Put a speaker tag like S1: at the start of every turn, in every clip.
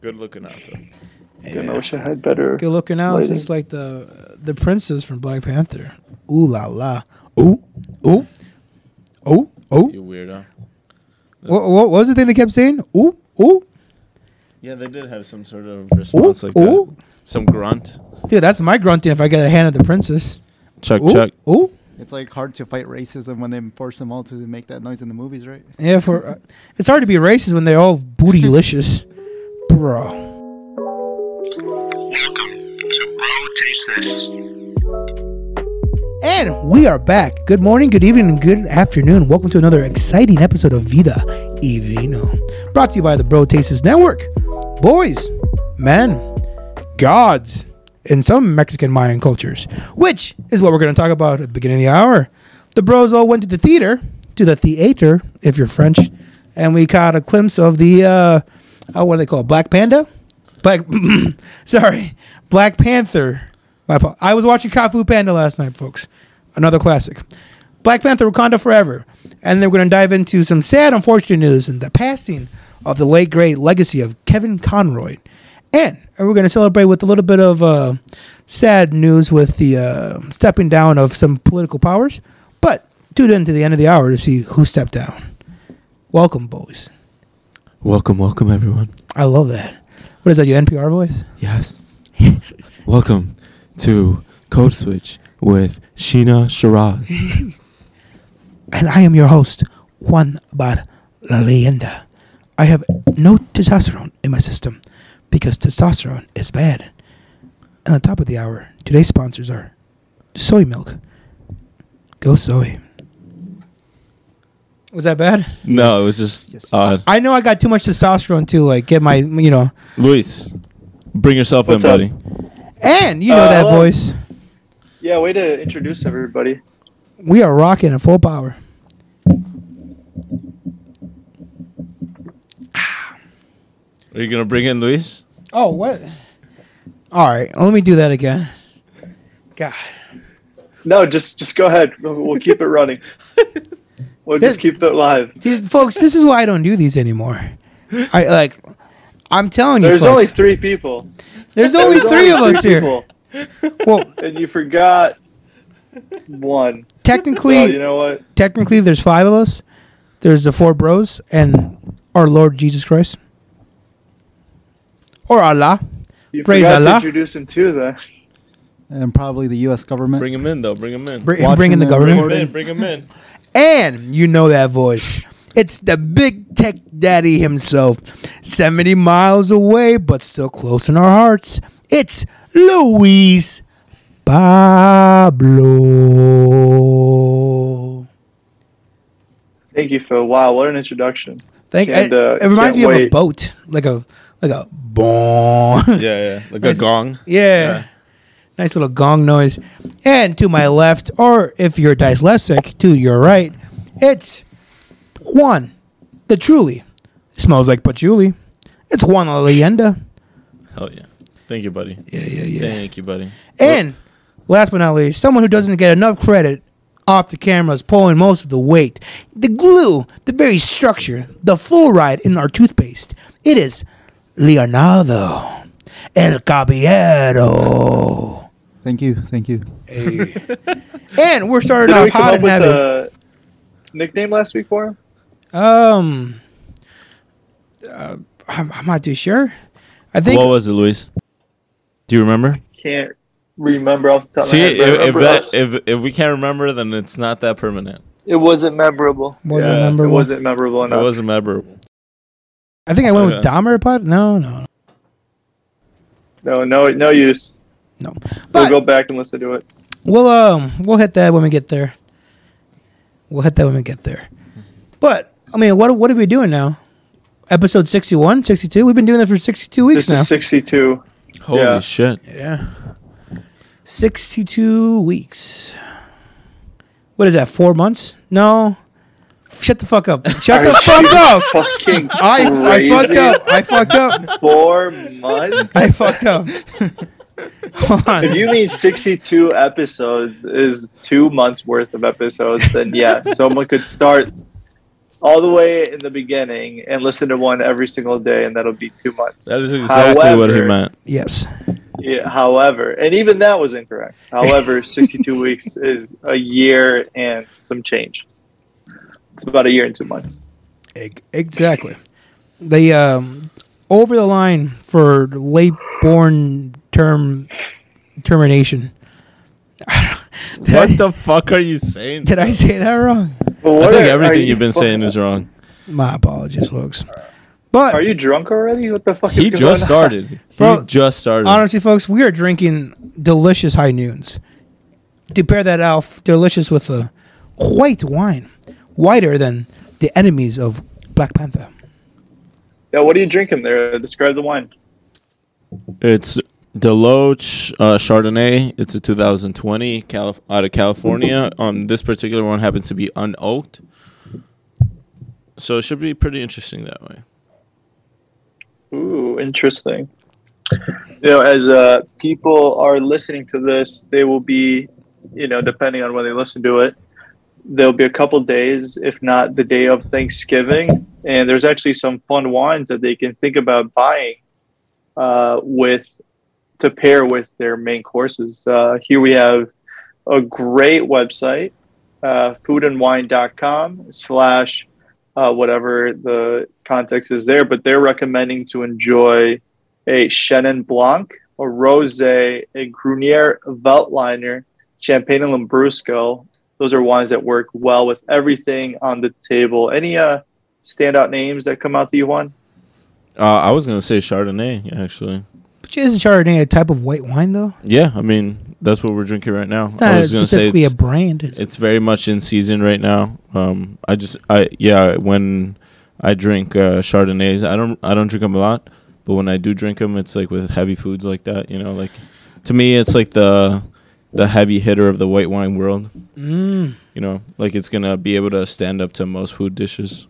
S1: Good looking out though.
S2: Damn, I wish I had better.
S3: Good looking out. It's
S2: lighting.
S3: just like the the princess from Black Panther. Ooh la la. Ooh ooh ooh ooh.
S1: You weirdo.
S3: What, what was the thing they kept saying? Ooh ooh
S1: Yeah, they did have some sort of response like
S3: ooh.
S1: that. Some grunt.
S3: Dude, that's my grunting if I get a hand of the princess.
S1: Chuck
S3: Ooh
S1: Chuck.
S3: ooh.
S4: It's like hard to fight racism when they force them all to make that noise in the movies, right?
S3: Yeah, for uh, it's hard to be racist when they're all bootylicious, bro.
S5: Welcome to Bro Taste This.
S3: And we are back. Good morning, good evening, and good afternoon. Welcome to another exciting episode of Vida e Vino, brought to you by the Bro Tastes Network. Boys, men, gods, in some Mexican Mayan cultures, which is what we're going to talk about at the beginning of the hour. The bros all went to the theater, to the theater, if you're French, and we caught a glimpse of the, uh, oh, what do they call it? Black Panda? Black, sorry, Black Panther. My apo- I was watching Kung Fu Panda last night, folks. Another classic. Black Panther Wakanda Forever. And then we're going to dive into some sad, unfortunate news and the passing of the late, great legacy of Kevin Conroy. And we're going to celebrate with a little bit of uh, sad news with the uh, stepping down of some political powers. But tune in to the end of the hour to see who stepped down. Welcome, boys.
S6: Welcome, welcome everyone.
S3: I love that. What is that, your NPR voice?
S6: Yes. welcome to Code Switch with Sheena Shiraz.
S3: and I am your host, Juan Bar La Leyenda. I have no testosterone in my system because testosterone is bad. And on top of the hour, today's sponsors are soy milk. Go soy. Was that bad?
S1: No, it was just uh,
S4: Yes.
S1: odd.
S3: I know I got too much testosterone to like get my you know,
S1: Luis, bring yourself
S2: What's
S1: in,
S2: up?
S1: buddy.
S3: and you know
S2: Uh,
S3: that
S2: hello.
S3: voice.
S2: Yeah, way to introduce everybody.
S3: We are rocking at full power.
S1: Are you gonna bring in Luis?
S3: Oh, what? All right, let me do that again. God.
S2: No, just just go ahead. We'll we'll keep it running. We'll just
S3: This-
S2: keep it live.
S3: See, folks, this is why I don't do these anymore. I like, I'm telling you,
S2: There's only
S3: folks,
S2: three people.
S3: there's only
S2: There's
S3: three of
S2: only
S3: us here.
S2: people,
S3: Well,
S2: and you forgot one.
S3: technically,
S2: Well, you know what?
S3: technically, there's five of us. There's the four bros and our Lord Jesus Christ, or Allah.
S2: You
S3: Praise
S2: forgot
S3: Allah.
S2: to introduce him too, then.
S4: And probably the U.S. government.
S1: Bring him in though. Bring him in.
S3: Br-
S4: Watching
S3: bringing the
S4: them
S3: government,
S1: Bring him
S4: recording.
S1: in. Bring him in.
S3: and you know that voice. It's the big tech daddy himself, seventy miles away, but still close in our hearts. It's Luis Pablo.
S2: Thank you, Phil. Wow, what an introduction.
S3: Thank
S2: And,
S3: it-
S2: uh,
S3: it reminds
S2: can't
S3: me of a
S2: wait.
S3: boat, like a like a bong. yeah.
S1: Yeah, yeah. Like a gong.
S3: nice little gong noise. And to my left, or if you're dyslexic, to your right, it's Juan, the truly smells like patchouli. It's Juan La Leyenda.
S1: Hell yeah. Thank you, buddy.
S3: Yeah, yeah, yeah.
S1: Thank you, buddy.
S3: And last but not least, someone who doesn't get enough credit off the camera is pulling most of the weight. The glue, the very structure, the fluoride in our toothpaste. It is Leonardo El Caballero.
S4: Thank you, thank you.
S3: Hey. and we're starting
S2: Did
S3: off
S2: we come
S3: hot
S2: up
S3: and
S2: with
S3: heavy.
S2: a nickname last week for him?
S3: um, uh, I'm, I'm not too sure. I think
S1: what was it, Luis? Do you remember?
S2: Can't remember off the top
S1: See,
S2: of my head. but I
S1: if, if,
S2: remember
S1: that,
S2: us-
S1: if if we can't remember, then it's not that permanent.
S2: it wasn't memorable.
S3: Wasn't
S2: Yeah,
S3: memorable.
S2: It wasn't memorable
S1: It
S2: enough.
S1: wasn't memorable.
S3: I think I went with
S1: Okay.
S3: Dahmer Pod. No, no,
S2: No, no, no use.
S3: no.
S2: We'll
S3: But
S2: go back and listen to it.
S3: We'll um we'll hit that when we get there. We'll hit that when we get there. But I mean, what what are we doing now? Episode 61, 62? We've been doing that for 62 weeks
S2: This
S3: now.
S2: is 62.
S1: Holy
S2: Yeah.
S1: shit!
S3: yeah. 62 weeks. What is that? 4 months? No. Shut the fuck up. Shut the
S2: Are
S3: fuck
S2: you
S3: up.
S2: Fucking
S3: I, I
S2: crazy?
S3: fucked up. I fucked up.
S2: Four months?
S3: I fucked up. Hold on.
S2: If you mean 62 episodes is two months worth of episodes, then yeah, someone could start all the way in the beginning and listen to one every single day, and that'll be two months.
S1: That is exactly what he
S2: However-
S1: meant.
S3: Yes.
S2: Yeah, however, and even that was incorrect. However, 62 weeks is a year and some change. It's about a year and two months.
S3: Eg- Exactly. The um, over the line for late born term termination.
S1: What the fuck are you saying?
S3: Did I say that wrong?
S2: But
S1: I
S2: what
S1: think
S2: are- are
S1: everything
S2: you-
S1: you've been saying is wrong.
S3: My apologies, folks. But
S2: Are you drunk already? What the fuck?
S1: He
S2: is going
S1: just
S2: on?
S1: started.
S3: Bro,
S1: he just started.
S3: honestly, folks, we are drinking delicious high noons. To pair that off, delicious with a white wine, whiter than the enemies of Black Panther.
S2: Yeah, what are you drinking there? Describe the wine.
S1: It's Deloach uh, Chardonnay. It's a 2020 Calif- out of California. Um, this particular one happens to be unoaked, so it should be pretty interesting that way.
S2: Ooh, interesting. You know, as uh, people are listening to this, they will be, you know, depending on when they listen to it, there'll be a couple days, if not the day of Thanksgiving. And there's actually some fun wines that they can think about buying uh, with to pair with their main courses. Uh, here we have a great website, uh, foodandwine.com slash uh, whatever the context is there, but they're recommending to enjoy a Chenin Blanc, a Rosé, a Grunier Veltliner, Champagne and Lambrusco. Those are wines that work well with everything on the table. Any uh, standout names that come out to you, Juan?
S1: Uh, I was gonna say Chardonnay actually.
S3: But isn't Chardonnay a type of white wine, though?
S1: Yeah, I mean that's what we're drinking right now.
S3: It's
S1: I
S3: not
S1: was gonna say
S3: specifically
S1: it's,
S3: a brand. is it?
S1: it's very much in season right now. Um, I just I yeah when I drink uh, Chardonnays, I don't I don't drink them a lot, but when I do drink them, it's like with heavy foods like that. You know, like to me, it's like the the heavy hitter of the white wine world.
S3: Mm.
S1: You know, like it's gonna be able to stand up to most food dishes.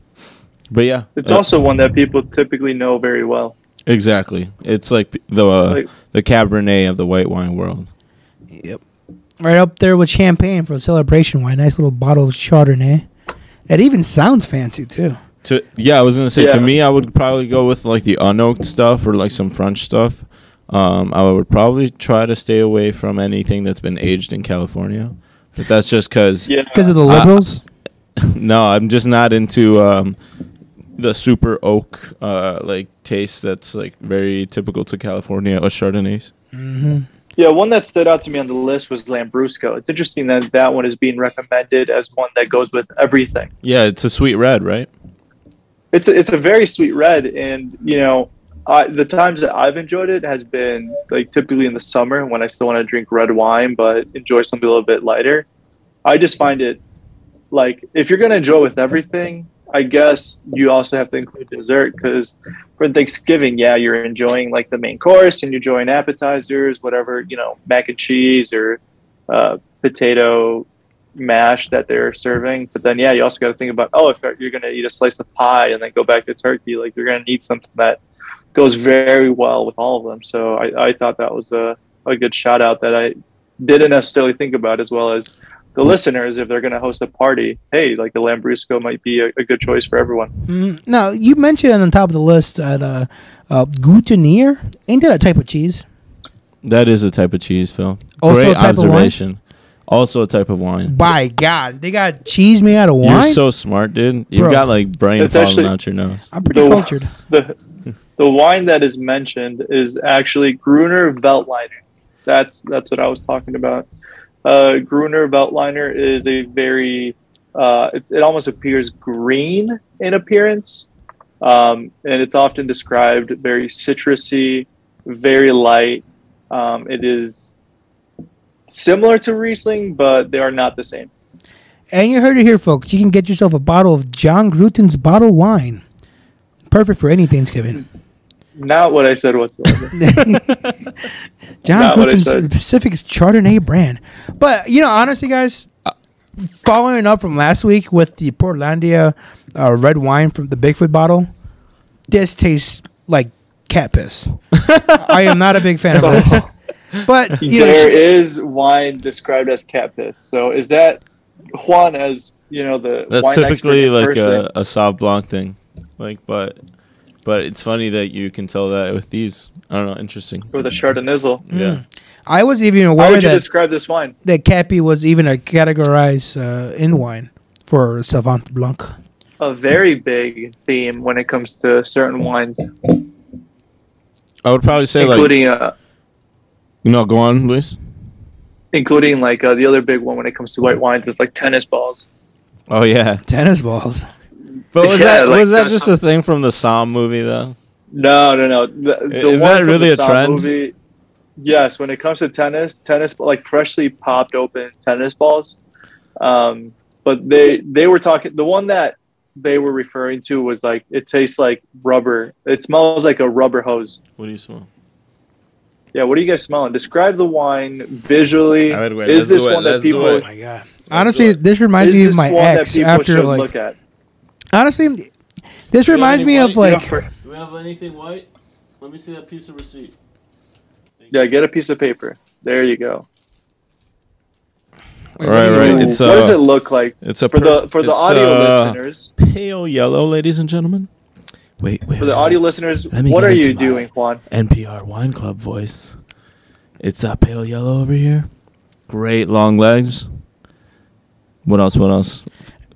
S1: But yeah,
S2: It's
S1: uh,
S2: also one that people typically know very well.
S1: exactly. It's like the uh,
S2: Like-
S1: the Cabernet of the white wine world.
S3: Right up there with champagne for a celebration wine. Nice little bottle of Chardonnay. It even sounds fancy, too.
S1: To yeah, I was gonna say
S2: Yeah.
S1: to me, I would probably go with like the unoaked stuff or like some French stuff. Um, I would probably try to stay away from anything that's been aged in California. But that's just because
S2: Yeah.
S3: Because of the
S1: Uh,
S3: liberals?
S1: no, I'm just not into um, the super oak uh, like taste that's like very typical to California or Chardonnays.
S2: Yeah, one that stood out to me on the list was Lambrusco. It's interesting that that one is being recommended as one that goes with everything.
S1: Yeah, it's a sweet red, right?
S2: it's a, it's a very sweet red, and you know, I, the times that I've enjoyed it has been like typically in the summer when I still want to drink red wine but enjoy something a little bit lighter. I just find it like if you're gonna enjoy with everything, I guess you also have to include dessert because for Thanksgiving, yeah, you're enjoying like the main course and you're enjoying appetizers, whatever you know, mac and cheese or uh, potato mash that they're serving. But then, yeah, you also got to think about, oh, if you're going to eat a slice of pie and then go back to turkey, like you're going to need something that goes very well with all of them. So I, I thought that was a, a good shout out that I didn't necessarily think about, as well as the listeners, if they're going to host a party, hey, like the Lambrusco might be a, a good choice for everyone.
S3: Mm. Now, you mentioned on the top of the list that uh, uh, Goutinier. Ain't that a type of cheese?
S1: That is a type of cheese, Phil.
S3: Also
S1: Great
S3: a type of wine?
S1: observation. Also a type of wine.
S3: By God, they got cheese made out of wine.
S1: You're so smart, dude. You've
S3: Bro.
S1: got like brain
S2: It's
S1: falling
S2: actually-
S1: out your nose.
S3: I'm pretty
S2: No.
S3: cultured.
S2: The, the wine that is mentioned is actually Gruner Veltliner. That's that's what I was talking about. Uh, Gruner Veltliner is a very uh, it, it almost appears green in appearance, um, and it's often described very citrusy, very light. Um, it is similar to Riesling, but they are not the same.
S3: And you heard it here, folks. You can get yourself a bottle of John Gruden's bottle wine. Perfect for any Thanksgiving.
S2: Not what I said whatsoever.
S3: John
S2: Not what I
S3: Gruden's
S2: said.
S3: Pacific Chardonnay brand. But, you know, honestly, guys, following up from last week with the Portlandia uh, red wine from the Bigfoot bottle, this tastes like cat piss. I am not a big fan of this. But, you know,
S2: There is wine described as cat piss. So is that Juan as you know the
S1: That's
S2: wine expert
S1: typically
S2: in
S1: like
S2: person.
S1: a, a Sauv Blanc thing. Like, but but it's funny that you can tell that with these. I don't know. Interesting.
S2: with a Chardonnay.
S1: Yeah.
S3: I wasn't even
S2: How
S3: aware
S2: would you
S3: that
S2: describe this wine?
S3: that Cappy was even a categorized uh, in wine for Savant Blanc.
S2: A very big theme when it comes to certain wines,
S1: I would probably say like
S2: including uh,
S1: no. Go on, Luis.
S2: including like uh, the other big one when it comes to white wines is like tennis balls.
S1: Oh yeah.
S3: Tennis balls.
S1: But was
S2: Yeah,
S1: that
S2: like
S1: was that
S2: the-
S1: just a thing from the Psalm movie though?
S2: No, no, no. The, the
S1: Is
S2: one
S1: that
S2: from
S1: really
S2: the
S1: a
S2: Saw
S1: trend?
S2: Movie, yes, when it comes to tennis, tennis like freshly popped open tennis balls. Um, but they they were talking. The one that they were referring to was like it tastes like rubber. It smells like a rubber hose.
S1: What do you smell?
S2: Yeah, what are you guys smelling? Describe the wine visually.
S1: A ver, güey, let's
S2: Is this
S1: do it,
S2: one that
S1: let's do
S2: people?
S1: it.
S2: Is
S1: my
S3: god. Honestly,
S1: That's
S3: this reminds me
S2: this
S3: of my
S2: one
S3: ex
S2: that people
S3: after
S2: should
S3: like
S2: look at?
S3: honestly this reminds me of
S1: wine?
S3: like
S1: Do we have anything white? Let me see that piece of receipt.
S2: Yeah, get a piece of paper. There you go.
S1: Right,
S3: Wait, what do you
S1: right,
S3: mean?
S1: it's,
S2: what does
S1: uh,
S2: it look like
S1: It's a
S2: for the
S1: perf-
S2: for the
S1: it's,
S2: audio
S1: uh,
S2: listeners?
S6: Pale yellow, ladies and gentlemen. Wait, wait.
S2: For the audio listeners,
S6: Let me
S2: what
S6: get
S2: are
S6: into
S2: you
S6: my-
S2: doing, Juan?
S6: NPR Wine Club voice.
S1: It's that pale yellow over here. Great long legs. What else? What else?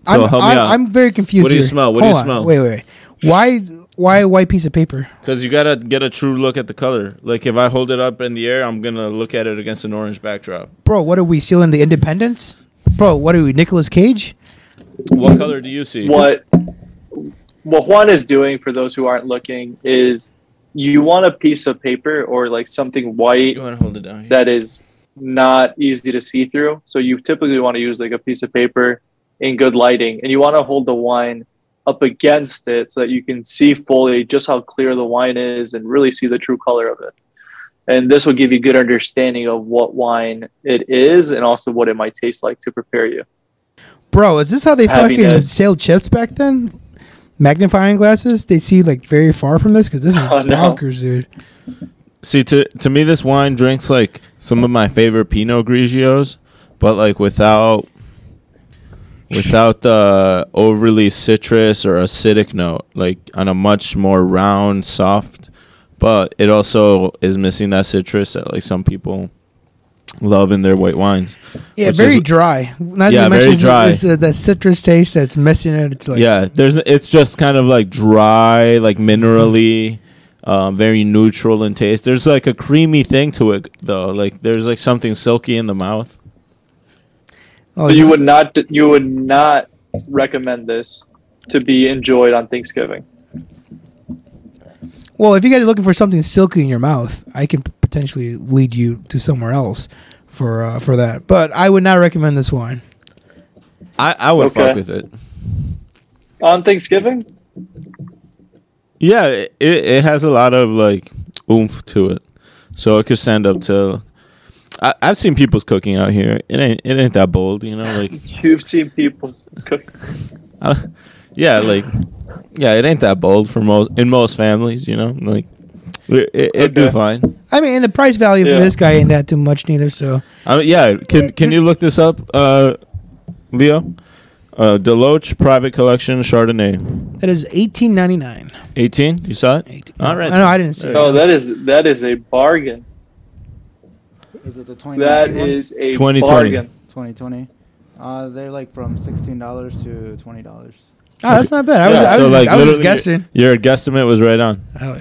S3: I'm,
S1: help me
S3: I'm,
S1: out.
S3: I'm very confused.
S1: What do you
S3: here.
S1: smell? What do you
S3: Hold on.
S1: smell?
S3: Wait, wait, wait. Why why white piece of paper?
S1: Because you gotta get a true look at the color. Like if I hold it up in the air, I'm gonna look at it against an orange backdrop.
S3: Bro, what are we sealing the independence? Bro, what are we, Nicolas Cage?
S1: What color do you see?
S2: What what Juan is doing for those who aren't looking is you want a piece of paper or like something white
S1: You wanna hold it down? Here?
S2: that is not easy to see through. So you typically want to use like a piece of paper in good lighting and you want to hold the wine up against it so that you can see fully just how clear the wine is and really see the true color of it. And this will give you good understanding of what wine it is and also what it might taste like to prepare you.
S3: Bro, is this how they
S2: Happy
S3: fucking
S2: days.
S3: sailed ships back then? Magnifying glasses? They see like very far from this because this is
S2: Oh, no.
S3: bonkers, dude.
S1: See, to to me, this wine drinks like some of my favorite Pinot Grigios, but like without without the overly citrus or acidic note. Like on a much more round, soft, but it also is missing that citrus that like some people love in their white wines.
S3: Yeah,
S1: Which
S3: very
S1: is-
S3: dry. Not
S1: Yeah,
S3: to
S1: very
S3: mention it's-
S1: dry.
S3: It's, uh, that citrus taste that's missing it. It's like
S1: yeah, there's it's just kind of like dry, like minerally, um, very neutral in taste. There's like a creamy thing to it though. Like there's like something silky in the mouth.
S3: oh,
S2: you
S3: this-
S2: would not you would not recommend this to be enjoyed on Thanksgiving.
S3: Well, if you guys are looking for something silky in your mouth, I can p- potentially lead you to somewhere else for uh, for that. But I would not recommend this wine.
S1: I, I would
S2: Okay.
S1: fuck with it.
S2: On Thanksgiving?
S1: Yeah, it, it has a lot of like oomph to it, so it could stand up to. I, I've seen people's cooking out here. It ain't it ain't that bold, you know. Like
S2: You've seen people cook
S1: I- yeah, like yeah, it ain't that bold for most in most families, you know. Like it, it, it'd do
S2: Okay.
S1: fine.
S3: I mean, and the price value
S2: Yeah.
S3: for this guy ain't that too much neither. So
S1: I mean, yeah, can can you look this up, uh, Leo? Uh, Deloach Private Collection Chardonnay,
S3: that is eighteen ninety nine.
S1: eighteen. You saw it. All right.
S3: I know I didn't see.
S2: Oh,
S3: it.
S2: that is that is a bargain.
S4: Is it the 2020
S2: That is a
S1: 2020.
S2: bargain.
S4: 2020. Uh, they're like from $16 to $20.
S3: Oh, that's not bad. I was,
S1: Yeah,
S3: I was,
S1: so,
S3: just-
S1: like,
S3: I was just
S1: literally-
S3: guessing.
S1: Your guesstimate was right on.
S3: Oh
S2: That
S3: yeah.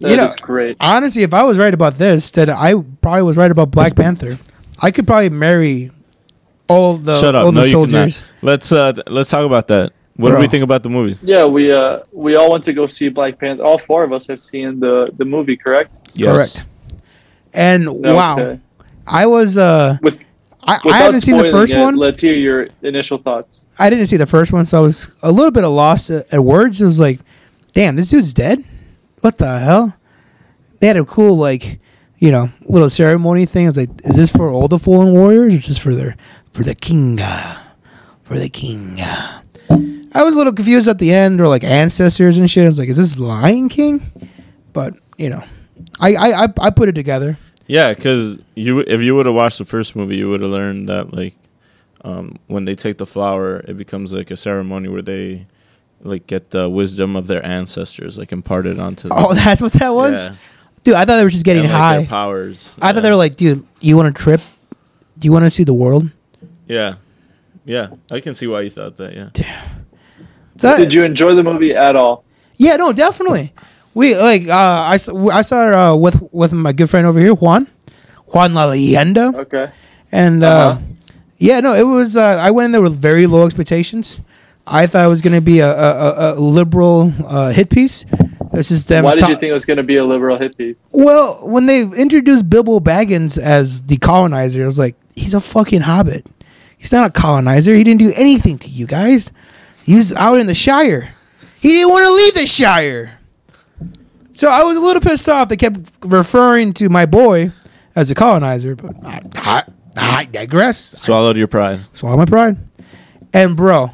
S2: is
S3: You know-
S2: great.
S3: Honestly, if I was right about this, then I probably was right about Black Panther. I could probably marry all the
S1: Shut up!
S3: all the
S1: no, you cannot.
S3: soldiers.
S1: Let's uh, th- let's talk about that. What do
S3: Bro.
S1: we think about the movies?
S2: Yeah, we uh we all went to go see Black Panther. All four of us have seen the the movie, correct?
S3: Correct. And wow,
S2: Okay.
S3: I was uh,
S2: With-
S3: I, I
S2: Without
S3: haven't seen the
S2: spoiling
S3: first
S2: it,
S3: one.
S2: Let's hear your initial thoughts.
S3: I didn't see the first one, so I was a little bit lost at, at words. It was like, damn, this dude's dead. What the hell? They had a cool like, you know, little ceremony thing. I was like, is this for all the fallen warriors, or just for their for the king, uh, for the king? uh? I was a little confused at the end, or like ancestors and shit. I was like, is this Lion King? But you know, I I I, I put it together.
S1: Yeah, because you if you would have watched the first movie, you would have learned that like um, when they take the flower, it becomes like a ceremony where they like get the wisdom of their ancestors like imparted onto them.
S3: Oh, that's what that was,
S1: Yeah.
S3: dude. I thought they were just getting
S1: And, like,
S3: high.
S1: Their powers.
S3: I thought they were like, dude, you want to trip? Do you want to see the world?
S1: Yeah. Yeah, I can see why you thought that. Yeah,
S3: Is that-
S2: Did you enjoy the movie at all?
S3: Yeah, no, definitely. We like uh, I s- I saw it, uh, with with my good friend over here, Juan, Juan La Leyenda.
S2: Okay.
S3: And uh,
S2: Uh-huh.
S3: yeah, no, it was. Uh, I went in there with very low expectations. I thought it was going to be a, a, a- a liberal uh, hit piece. It's just them.
S2: Why did
S3: ta-
S2: you think it was going to be a liberal hippie?
S3: Well, when they introduced Bilbo Baggins as the colonizer, I was like, he's a fucking hobbit. He's not a colonizer. He didn't do anything to you guys. He was out in the Shire. He didn't want to leave the Shire. So I was a little pissed off. They kept referring to my boy as a colonizer, but I, I, I digress
S1: swallowed your pride.
S3: swallow my pride. And bro,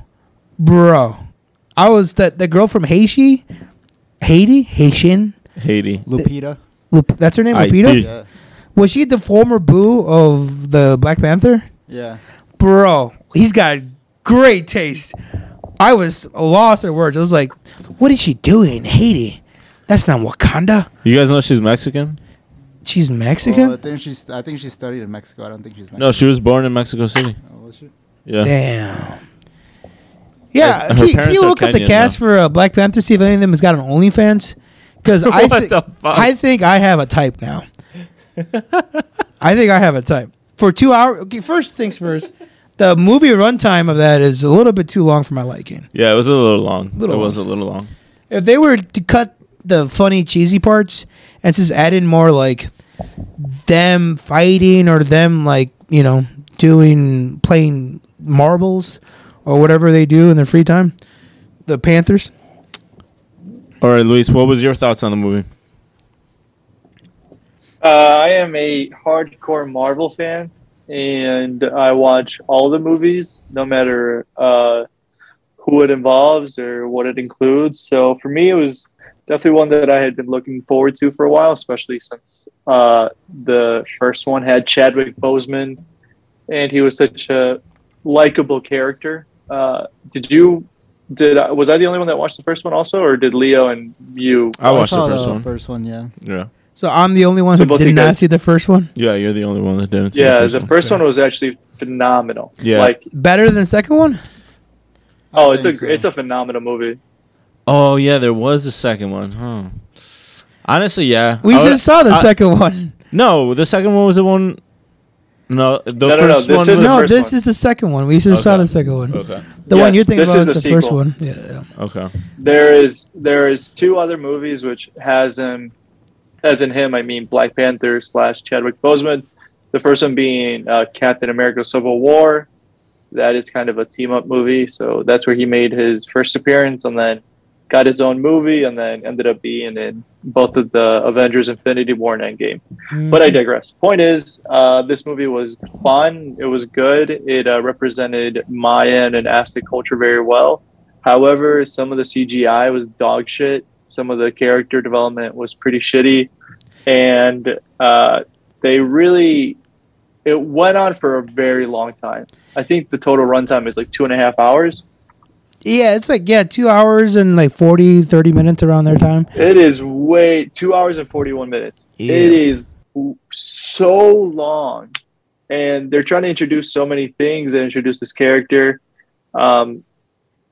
S3: bro, I was that the girl from Haiti, Haiti, Haitian.
S1: Haiti.
S4: Lupita.
S3: Lup- that's her name,
S1: I
S3: Lupita.
S1: did.
S4: Yeah.
S3: Was she the former boo of the Black Panther?
S4: Yeah.
S3: Bro, he's got great taste. I was lost at words. I was like, "What is she doing in Haiti? That's not Wakanda.
S1: You guys know she's Mexican.
S3: She's Mexican."
S4: Well, I think she's. I think she studied in Mexico. I don't think she's. Mexican.
S1: No, she was born in Mexico City.
S4: Oh, was she?
S1: Yeah,
S3: Damn. Yeah,
S1: Her
S3: can, can
S1: parents
S3: you
S1: are
S3: look up the
S1: Kenyan,
S3: cast
S1: though.
S3: for uh, Black Panther? See if any of them has got an OnlyFans. Because I,
S1: What
S3: thi-
S1: the fuck?
S3: I think I have a type now. I think I have a type for two hours. Okay, first things first. The movie runtime of that is a little bit too long for my liking.
S1: yeah. It was a little long.
S3: Little
S1: it was a little long.
S3: If they were to cut the funny, cheesy parts and just add in more like them fighting or them like you know doing playing marbles or whatever they do in their free time, the Panthers.
S1: All right, Luis, what was your thoughts on the movie?
S2: Uh, I am a hardcore Marvel fan, and I watch all the movies, no matter uh, who it involves or what it includes. So for me, it was definitely one that I had been looking forward to for a while, especially since uh, the first one had Chadwick Boseman, and he was such a likable character. Uh, did you? Did I, was I the only one that watched the first one also, or did Leo and you?
S1: I watched
S4: saw
S1: the first one.
S4: First one, yeah.
S1: Yeah,
S3: So I'm the only one
S2: So
S3: who
S2: both
S3: did
S2: you
S3: not
S2: guys-
S3: see the first one.
S1: yeah. You're the only one that didn't. see the
S2: Yeah,
S1: first
S2: the
S1: one.
S2: first one was actually phenomenal.
S1: Yeah.
S2: like
S3: Better than the second one?
S4: I
S2: Oh, it's a
S4: think so.
S2: it's a phenomenal movie.
S1: Oh yeah, there was the second one. Huh. Honestly, yeah.
S3: We
S1: I would-
S3: just saw the
S1: I-
S3: second one.
S1: No, the second one was the one. No, the
S2: no, no,
S1: first one
S2: this is
S1: was.
S2: the
S3: No,
S2: first
S3: this
S2: one.
S3: is the second one. We just saw
S1: Okay.
S3: the second one.
S1: okay.
S3: The
S2: Yes,
S3: one you're thinking
S2: this
S3: about is
S2: is
S3: the,
S2: the
S3: first
S2: sequel.
S3: one. Yeah.
S1: Okay.
S2: There is there is two other movies which has him, as in him, I mean Black Panther slash Chadwick Boseman. The first one being uh, Captain America: Civil War. That is kind of a team up movie, so that's where he made his first appearance, and then got his own movie, and then ended up being in both of the Avengers: Infinity War and Endgame. But I digress. Point is, uh, this movie was fun. It was good. It uh, represented Mayan and Aztec culture very well. However, some of the CGI was dog shit. Some of the character development was pretty shitty, and uh, they really it went on for a very long time. I think the total runtime is like two and a half hours.
S3: Yeah, it's like, yeah, two hours and like 40, 30 minutes around their time.
S2: It is way two hours and forty one minutes. It is w- so long, and they're trying to introduce so many things and introduce this character, um,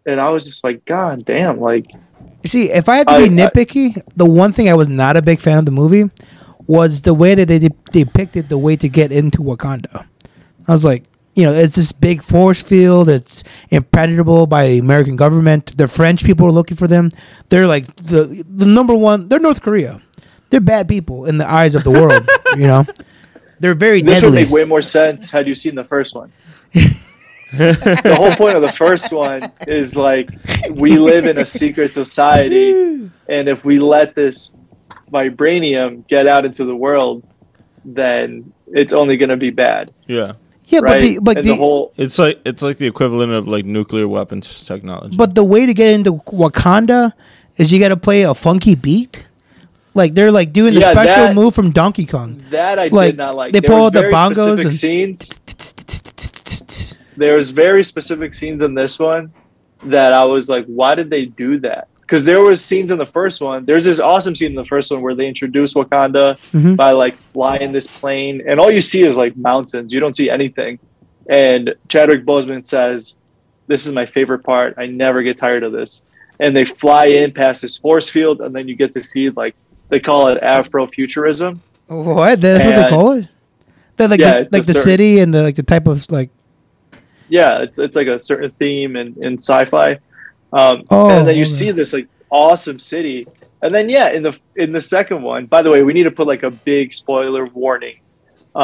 S2: and I was just like, God damn! Like,
S3: See, if I had to
S2: I-
S3: be
S2: I-
S3: nitpicky, the one thing I was not a big fan of the movie was the way that they de- depicted the way to get into Wakanda. I was like, you know, it's this big force field. It's impenetrable by the American government. The French people are looking for them. They're like the the number one. They're North Korea. They're bad people in the eyes of the world. you know, they're very
S2: this would
S3: deadly.
S2: make way more sense had you seen the first one. the whole point of the first one is like we live in a secret society, and if we let this vibranium get out into the world, then it's only going to be bad.
S1: Yeah.
S3: yeah,
S2: right?
S3: but the, but
S2: and
S3: the,
S2: the whole
S1: It's like it's like the equivalent of like nuclear weapons technology.
S3: But the way to get into Wakanda is you got to play a funky beat. Like they're like doing the
S2: Yeah,
S3: special
S2: that-
S3: move from Donkey Kong.
S2: that I
S3: like,
S2: did not like.
S3: they
S2: There was
S3: pull out the
S2: very
S3: bongos
S2: specific
S3: and-
S2: scenes there was very specific scenes in this one that I was like, why did they do that? Because there was scenes in the first one. There's this awesome scene in the first one where they introduce Wakanda
S3: Mhm.
S2: by like flying this plane, and all you see is like mountains. You don't see anything. And Chadwick Boseman says, "This is my favorite part. I never get tired of this." And they fly in past this force field, and then you get to see like they call it Afrofuturism.
S3: What? That's what they
S2: And-
S3: call it. The, like
S2: Yeah,
S3: the,
S2: it's
S3: like
S2: a
S3: the
S2: certain-
S3: city and the like the type of like
S2: yeah, it's it's like a certain theme in, in sci-fi. Um,
S3: Oh,
S2: and then you
S3: hold
S2: see this like awesome city, and then yeah, in the in the second one. By the way, we need to put like a big spoiler warning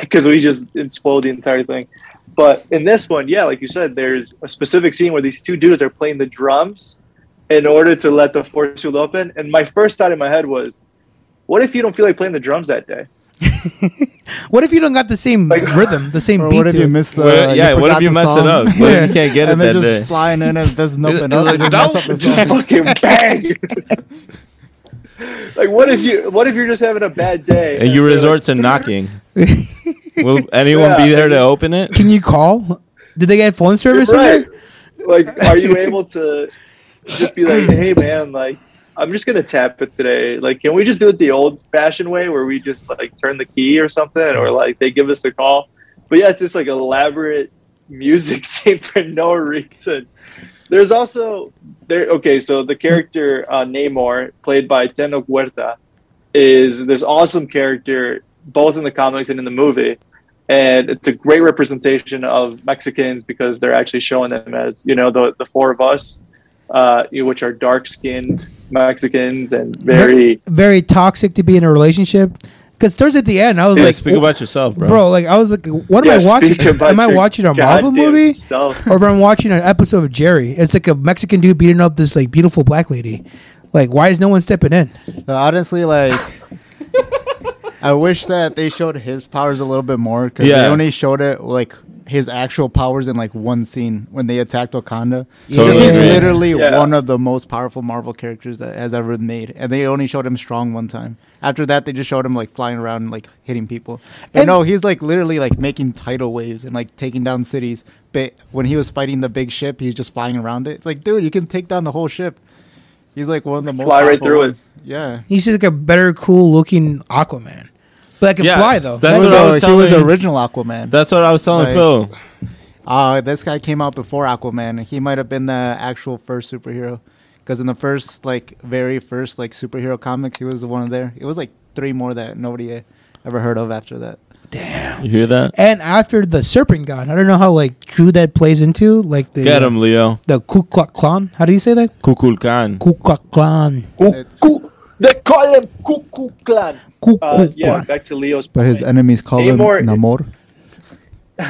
S2: because we just it spoiled the entire thing. But in this one, yeah, like you said, there's a specific scene where these two dudes are playing the drums in order to let the force field open. And my first thought in my head was, what if you don't feel like playing the drums that day?
S3: what if you don't got the same
S2: Like-
S3: rhythm, the same
S4: Or
S3: beat?
S4: what if
S3: to
S4: you
S3: it?
S4: miss the?
S1: Well, yeah, what
S4: forgot
S1: if you
S4: the
S1: mess it
S4: song?
S1: up? What if you can't get it eh?
S4: and they're
S1: that
S4: just
S1: day?
S4: flying in and it doesn't open up. and just mess up the song.
S2: fucking bang. like, what if you? What if you're just having a bad day?
S1: And you
S2: they're
S1: resort
S2: like,
S1: to knocking. Will anyone
S2: Yeah,
S1: be there to
S2: and-
S1: open it?
S3: Can you call? Did they get phone
S2: "You're
S3: service in
S2: right.
S3: there?
S2: Like, are you able to just be like, hey man, like, I'm just gonna tap it today. Like, can we just do it the old-fashioned way, where we just like turn the key or something, or like they give us a call? But yeah, it's this like elaborate music scene for no reason. There's also there. Okay, so the character uh, Namor, played by Tenoch Huerta, is this awesome character both in the comics and in the movie, and it's a great representation of Mexicans because they're actually showing them as you know the the four of us, uh, you- which are dark skinned Mexicans and very.
S3: Very toxic to be in a relationship. Because towards at the end, I was
S1: Yeah,
S3: like, "Oh,
S1: speak about yourself, bro.
S3: bro. like I was like, what am
S2: Yeah,
S3: I watching?
S2: speak about
S3: Am I
S2: your
S3: watching a Marvel
S2: goddamn
S3: movie?
S2: self.
S3: or if I'm watching an episode of Jerry, it's like a Mexican dude beating up this like beautiful black lady. Like, why is no one stepping in?
S4: So honestly, like, I wish that they showed his powers a little bit more because they
S1: Yeah.
S4: only showed it like his actual powers in like one scene when they attacked Wakanda.
S1: Totally
S4: He's
S1: agree.
S4: literally
S2: Yeah.
S4: one of the most powerful Marvel characters that has ever been made, and they only showed him strong one time. After that, they just showed him like flying around and like hitting people. And,
S3: And-
S4: no, he's like literally like making tidal waves and like taking down cities. But when he was fighting the big ship, he's just flying around it. It's like, dude, you can take down the whole ship. He's like one of the most
S2: Fly right
S4: powerful
S2: through it.
S4: ones. Yeah.
S3: He's just like a better, cool looking Aquaman. But I can
S1: Yeah,
S3: fly though.
S1: that's
S4: That's
S1: what I was
S4: He was the
S1: telling-
S4: original Aquaman.
S1: That's what I was telling
S4: Like-
S1: Phil.
S4: uh, this guy came out before Aquaman. He might have been the actual first superhero, because in the first, like, very first, like, superhero comics, he was the one there. It was like three more that nobody uh, ever heard of after that.
S1: You hear that?
S3: and after the Serpent God, I don't know how like true that plays into like the
S1: Get him, Leo.
S3: the Ku Klux Klan. How do you say that?
S1: Kukulkan.
S3: Ku Klux Klan.
S2: Cuckoo- They call him Cuckoo Clan.
S3: Ku
S2: Uh,
S3: Klux
S2: yeah,
S3: Klan.
S2: back to Leo's.
S4: But his
S2: point.
S4: enemies call him
S2: Namor-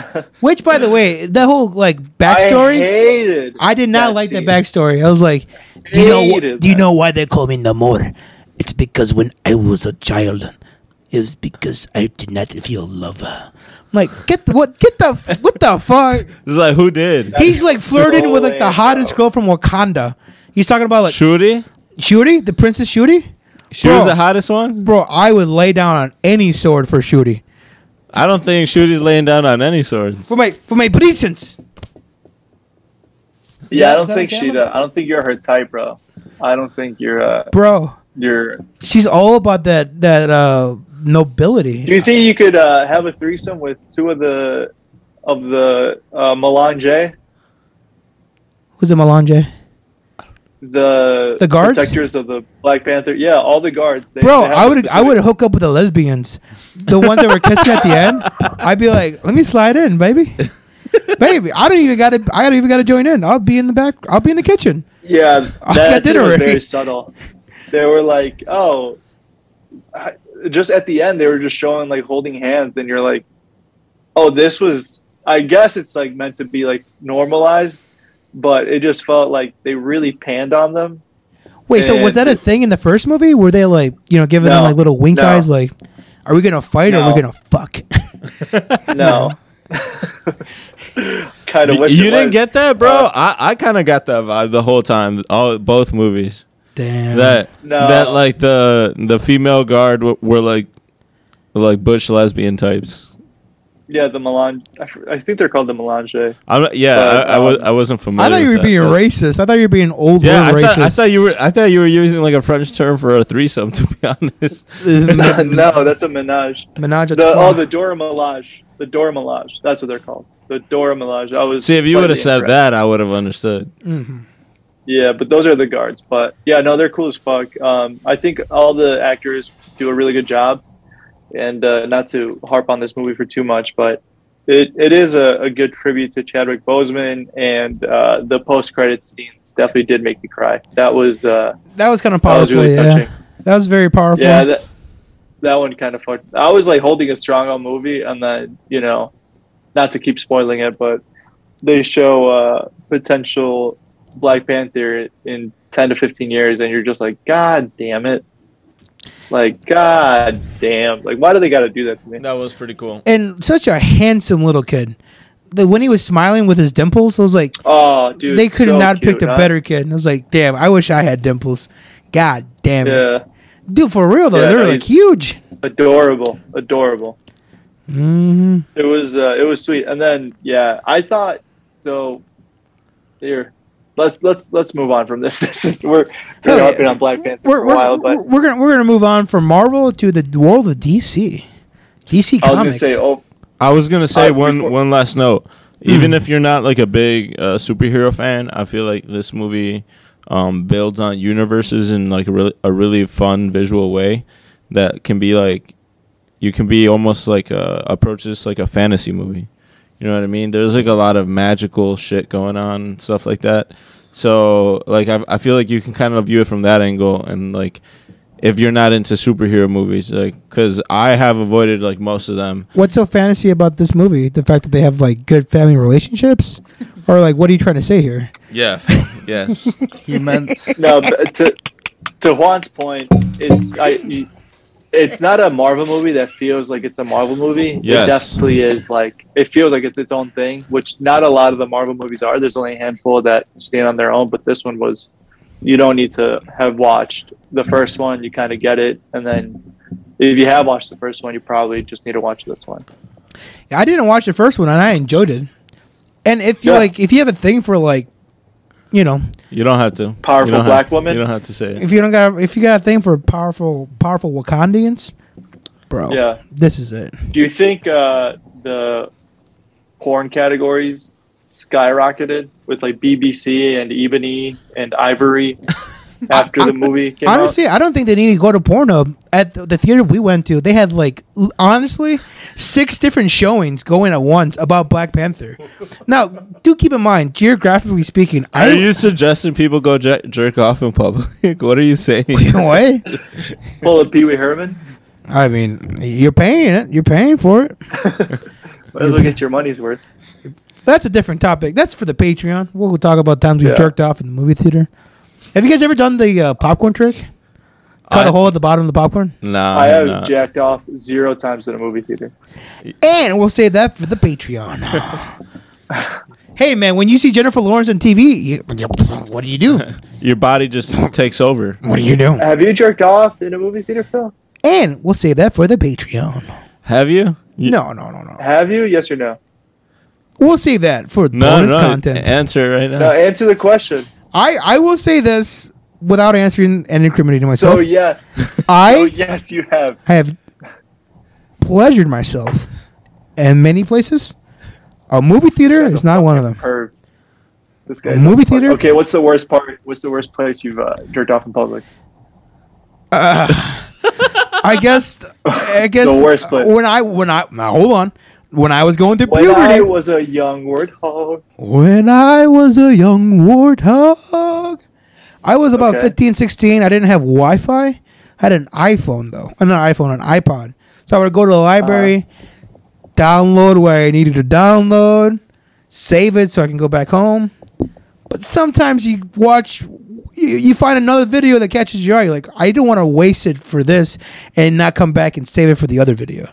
S4: Namor.
S3: Which, by the way, that whole like
S2: I
S3: backstory. I
S2: hated.
S3: did not like
S2: scene.
S3: the backstory. I was like, do you know? wh-
S2: Hated
S3: do you
S2: that.
S3: know why they call me Namor?
S7: It's because when I was a child, it was because I did not feel love.
S3: I'm like, get the, what? Get the f- what the fuck?
S1: It's like, who did?
S3: He's like flirting with like the
S2: hilarious,
S3: hottest
S2: bro.
S3: girl from Wakanda. He's talking about like
S1: Shuri?
S3: Shuri, the Princess Shuri.
S1: She
S3: Bro.
S1: was the hottest one?
S3: Bro, I would lay down on any sword for Shuri.
S1: I don't think Shuri's laying down on any swords.
S3: For my for my presence.
S2: Yeah, I
S3: Is
S2: don't
S3: that
S2: think
S3: a
S2: she.
S3: camera?
S2: I don't think you're her type, bro. I don't think you're. Uh,
S3: Bro,
S2: you're.
S3: she's all about that that uh
S2: Do
S3: nobility.
S2: you think you could uh, have a threesome with two of the of the uh, Melange,
S3: Who's a Melange?
S2: the
S3: The guards?
S2: protectors of the Black Panther? Yeah, all the guards. They,
S3: Bro,
S2: they have
S3: I
S2: a
S3: would I
S2: specific-
S3: would hook up with the lesbians. The ones that were kissing at the end. I'd be like, let me slide in, baby. baby, I don't even gotta I don't even gotta join in. I'll be in the back I'll be in the kitchen.
S2: Yeah,
S3: I
S2: that
S3: did
S2: too was
S3: already.
S2: very subtle. They were like, oh, I- just at the end they were just showing like holding hands, and you're like, oh, this was. I guess it's like meant to be like normalized, but it just felt like they really panned on them.
S3: Wait, so was that a
S2: And-
S3: thing in the first movie? Were they like, you know, giving them
S2: No,
S3: like little wink
S2: no.
S3: eyes, like, are we gonna fight or are
S2: No.
S3: we gonna fuck?
S2: No. kind of
S1: You, you didn't get that, bro? I, I kind of got that vibe the whole time. All both movies.
S3: Damn.
S1: That
S2: No.
S1: that like the the female guard w- were like like bush lesbian types.
S2: yeah, the melange. I, f- I think they're called the melange.
S1: I'm not, yeah,
S2: But,
S1: I, I was
S2: um,
S1: I wasn't familiar.
S3: I thought you
S1: with
S3: were
S1: that.
S3: being
S1: That's-
S3: racist. I thought you were being old
S1: Yeah, I
S3: world
S1: thought,
S3: racist.
S1: I thought you were I thought you were using like a French term for a threesome. To be honest,
S2: no, that's a menage.
S3: Menage a
S2: The,
S3: trois.
S2: oh, the Dora Milaje. The Dora Milaje. That's what they're called. The Dora Milaje. I was
S1: see if you would have
S2: slightly
S1: said
S2: incorrect.
S1: that, I would have understood.
S2: Yeah, but those are the guards. But yeah, no, they're cool as fuck. Um, I think all the actors do a really good job, and uh, not to harp on this movie for too much, but it, it is a, a good tribute to Chadwick Boseman, and uh, the post credit scenes definitely did make me cry. That was uh,
S3: that was kind of
S2: that was
S3: powerful.
S2: really
S3: yeah,
S2: touching.
S3: that was very powerful.
S2: Yeah, that that one kind of fucked. I was like holding a strong on movie, and then you know, not to keep spoiling it, but they show uh, potential Black Panther in ten to fifteen years, and you're just like, God damn it! Like, God damn! Like, why do they got to do that to me?
S1: That was pretty cool.
S3: and such a handsome little kid. The when he was smiling with his dimples, I was like,
S2: Oh, dude,
S3: they could
S2: so
S3: not have
S2: cute,
S3: picked a
S2: huh?
S3: better kid. And I was like, damn, I wish I had dimples. God damn it,
S2: Yeah,
S3: dude, for real though,
S2: Yeah,
S3: they're
S2: no,
S3: like
S2: he's-
S3: huge.
S2: adorable, adorable.
S3: hmm
S2: It was uh, it was sweet, and then yeah, I thought so. Here, let's let's let's move on from this. This is we're
S3: Hell
S2: we're
S3: yeah.
S2: harping on Black Panther
S3: We're,
S2: for a
S3: we're,
S2: while, but
S3: we're, we're gonna we're gonna move on from Marvel to the world of DC. DC
S2: I was gonna
S3: Comics.
S2: say, oh
S1: I was gonna say
S2: Uh,
S1: one
S2: before-
S1: one last note. Even if you're not like a big uh, superhero fan, I feel like this movie um, builds on universes in like a really, a really fun visual way that can be like you can be almost like uh approach this like a fantasy movie. You know what I mean? There's like a lot of magical shit going on and stuff like that. So like I, I feel like you can kind of view it from that angle and like if you're not into superhero movies like because I have avoided like most of them.
S3: What's so fantasy about this movie? The fact that they have like good family relationships, or like what are you trying to say here?
S1: Yeah. yes.
S4: He meant
S2: no, but to to Juan's point, it's I. you- It's not a Marvel movie that feels like it's a Marvel movie.
S1: Yes.
S2: It definitely is like it feels like it's its own thing, which not a lot of the Marvel movies are. There's only a handful that stand on their own, but this one was you don't need to have watched the first one, you kinda get it, and then if you have watched the first one, you probably just need to watch this one.
S3: I didn't watch the first one and I enjoyed it. And if you
S2: Yeah.
S3: like, if you have a thing for like, you know,
S1: You don't have to.
S2: Powerful
S1: You don't have-
S2: black woman?
S1: You don't have to say it.
S3: if you don't got, if you got a thing for powerful, powerful Wakandians, bro,
S2: Yeah.
S3: this is it.
S2: Do you think uh, the porn categories skyrocketed with like BBC and Ebony and Ivory after the movie came
S3: honestly, I don't think they need to go to porno. At the, the theater we went to, they had like l- honestly six different showings going at once about Black Panther. now, do keep in mind, geographically speaking, I
S1: Are you suggesting people go jer- jerk off in public? what are you saying?
S3: you know what?
S2: out? Full of Pee Wee Herman?
S3: I mean, you're paying it. You're paying for it.
S2: Let's look at your money's worth.
S3: That's a different topic. That's for the Patreon. We'll talk about times we
S2: Yeah.
S3: jerked off in the movie theater. Have you guys ever done the uh, popcorn trick? Cut a
S1: I-
S3: hole at the bottom of the popcorn,
S1: Nah.
S2: I have
S1: nah.
S2: jacked off zero times in a movie theater.
S3: and we'll save that for the Patreon. hey man, when you see Jennifer Lawrence on TV, you, what do you do?
S1: Your body just takes over.
S3: What do you do?
S2: Have you jerked off in a movie theater, Phil?
S3: And we'll save that for the Patreon.
S1: Have you? You-
S3: No, no, no, no.
S2: Have you? Yes or no?
S3: We'll save that for
S1: No,
S3: bonus
S1: no.
S3: content.
S1: Answer right now.
S2: Now answer the question.
S3: I, I will say this without answering and incriminating myself.
S2: So yes,
S3: I
S2: so yes, you have.
S3: I have pleasured myself in many places. A movie theater is not one of them.
S2: Perv. This guy.
S3: A movie
S2: doesn't-
S3: theater?
S2: Okay, what's the worst part? What's the worst place you've uh, jerked off in public?
S3: I guess. I guess
S2: The worst place.
S3: When I when I now hold on. When I was going through
S2: When
S3: puberty.
S2: I was a young Oh, warthog.
S3: when I was a young warthog, I was about
S2: Okay.
S3: fifteen, sixteen. 15, 16. I didn't have Wi Fi. I had an iPhone, though. Uh, Not an iPhone, an iPod. So I would go to the library, download where I needed to download, save it so I can go back home. But sometimes you watch, you, you find another video that catches your eye. You're like, I don't want to waste it for this and not come back and save it for the other video.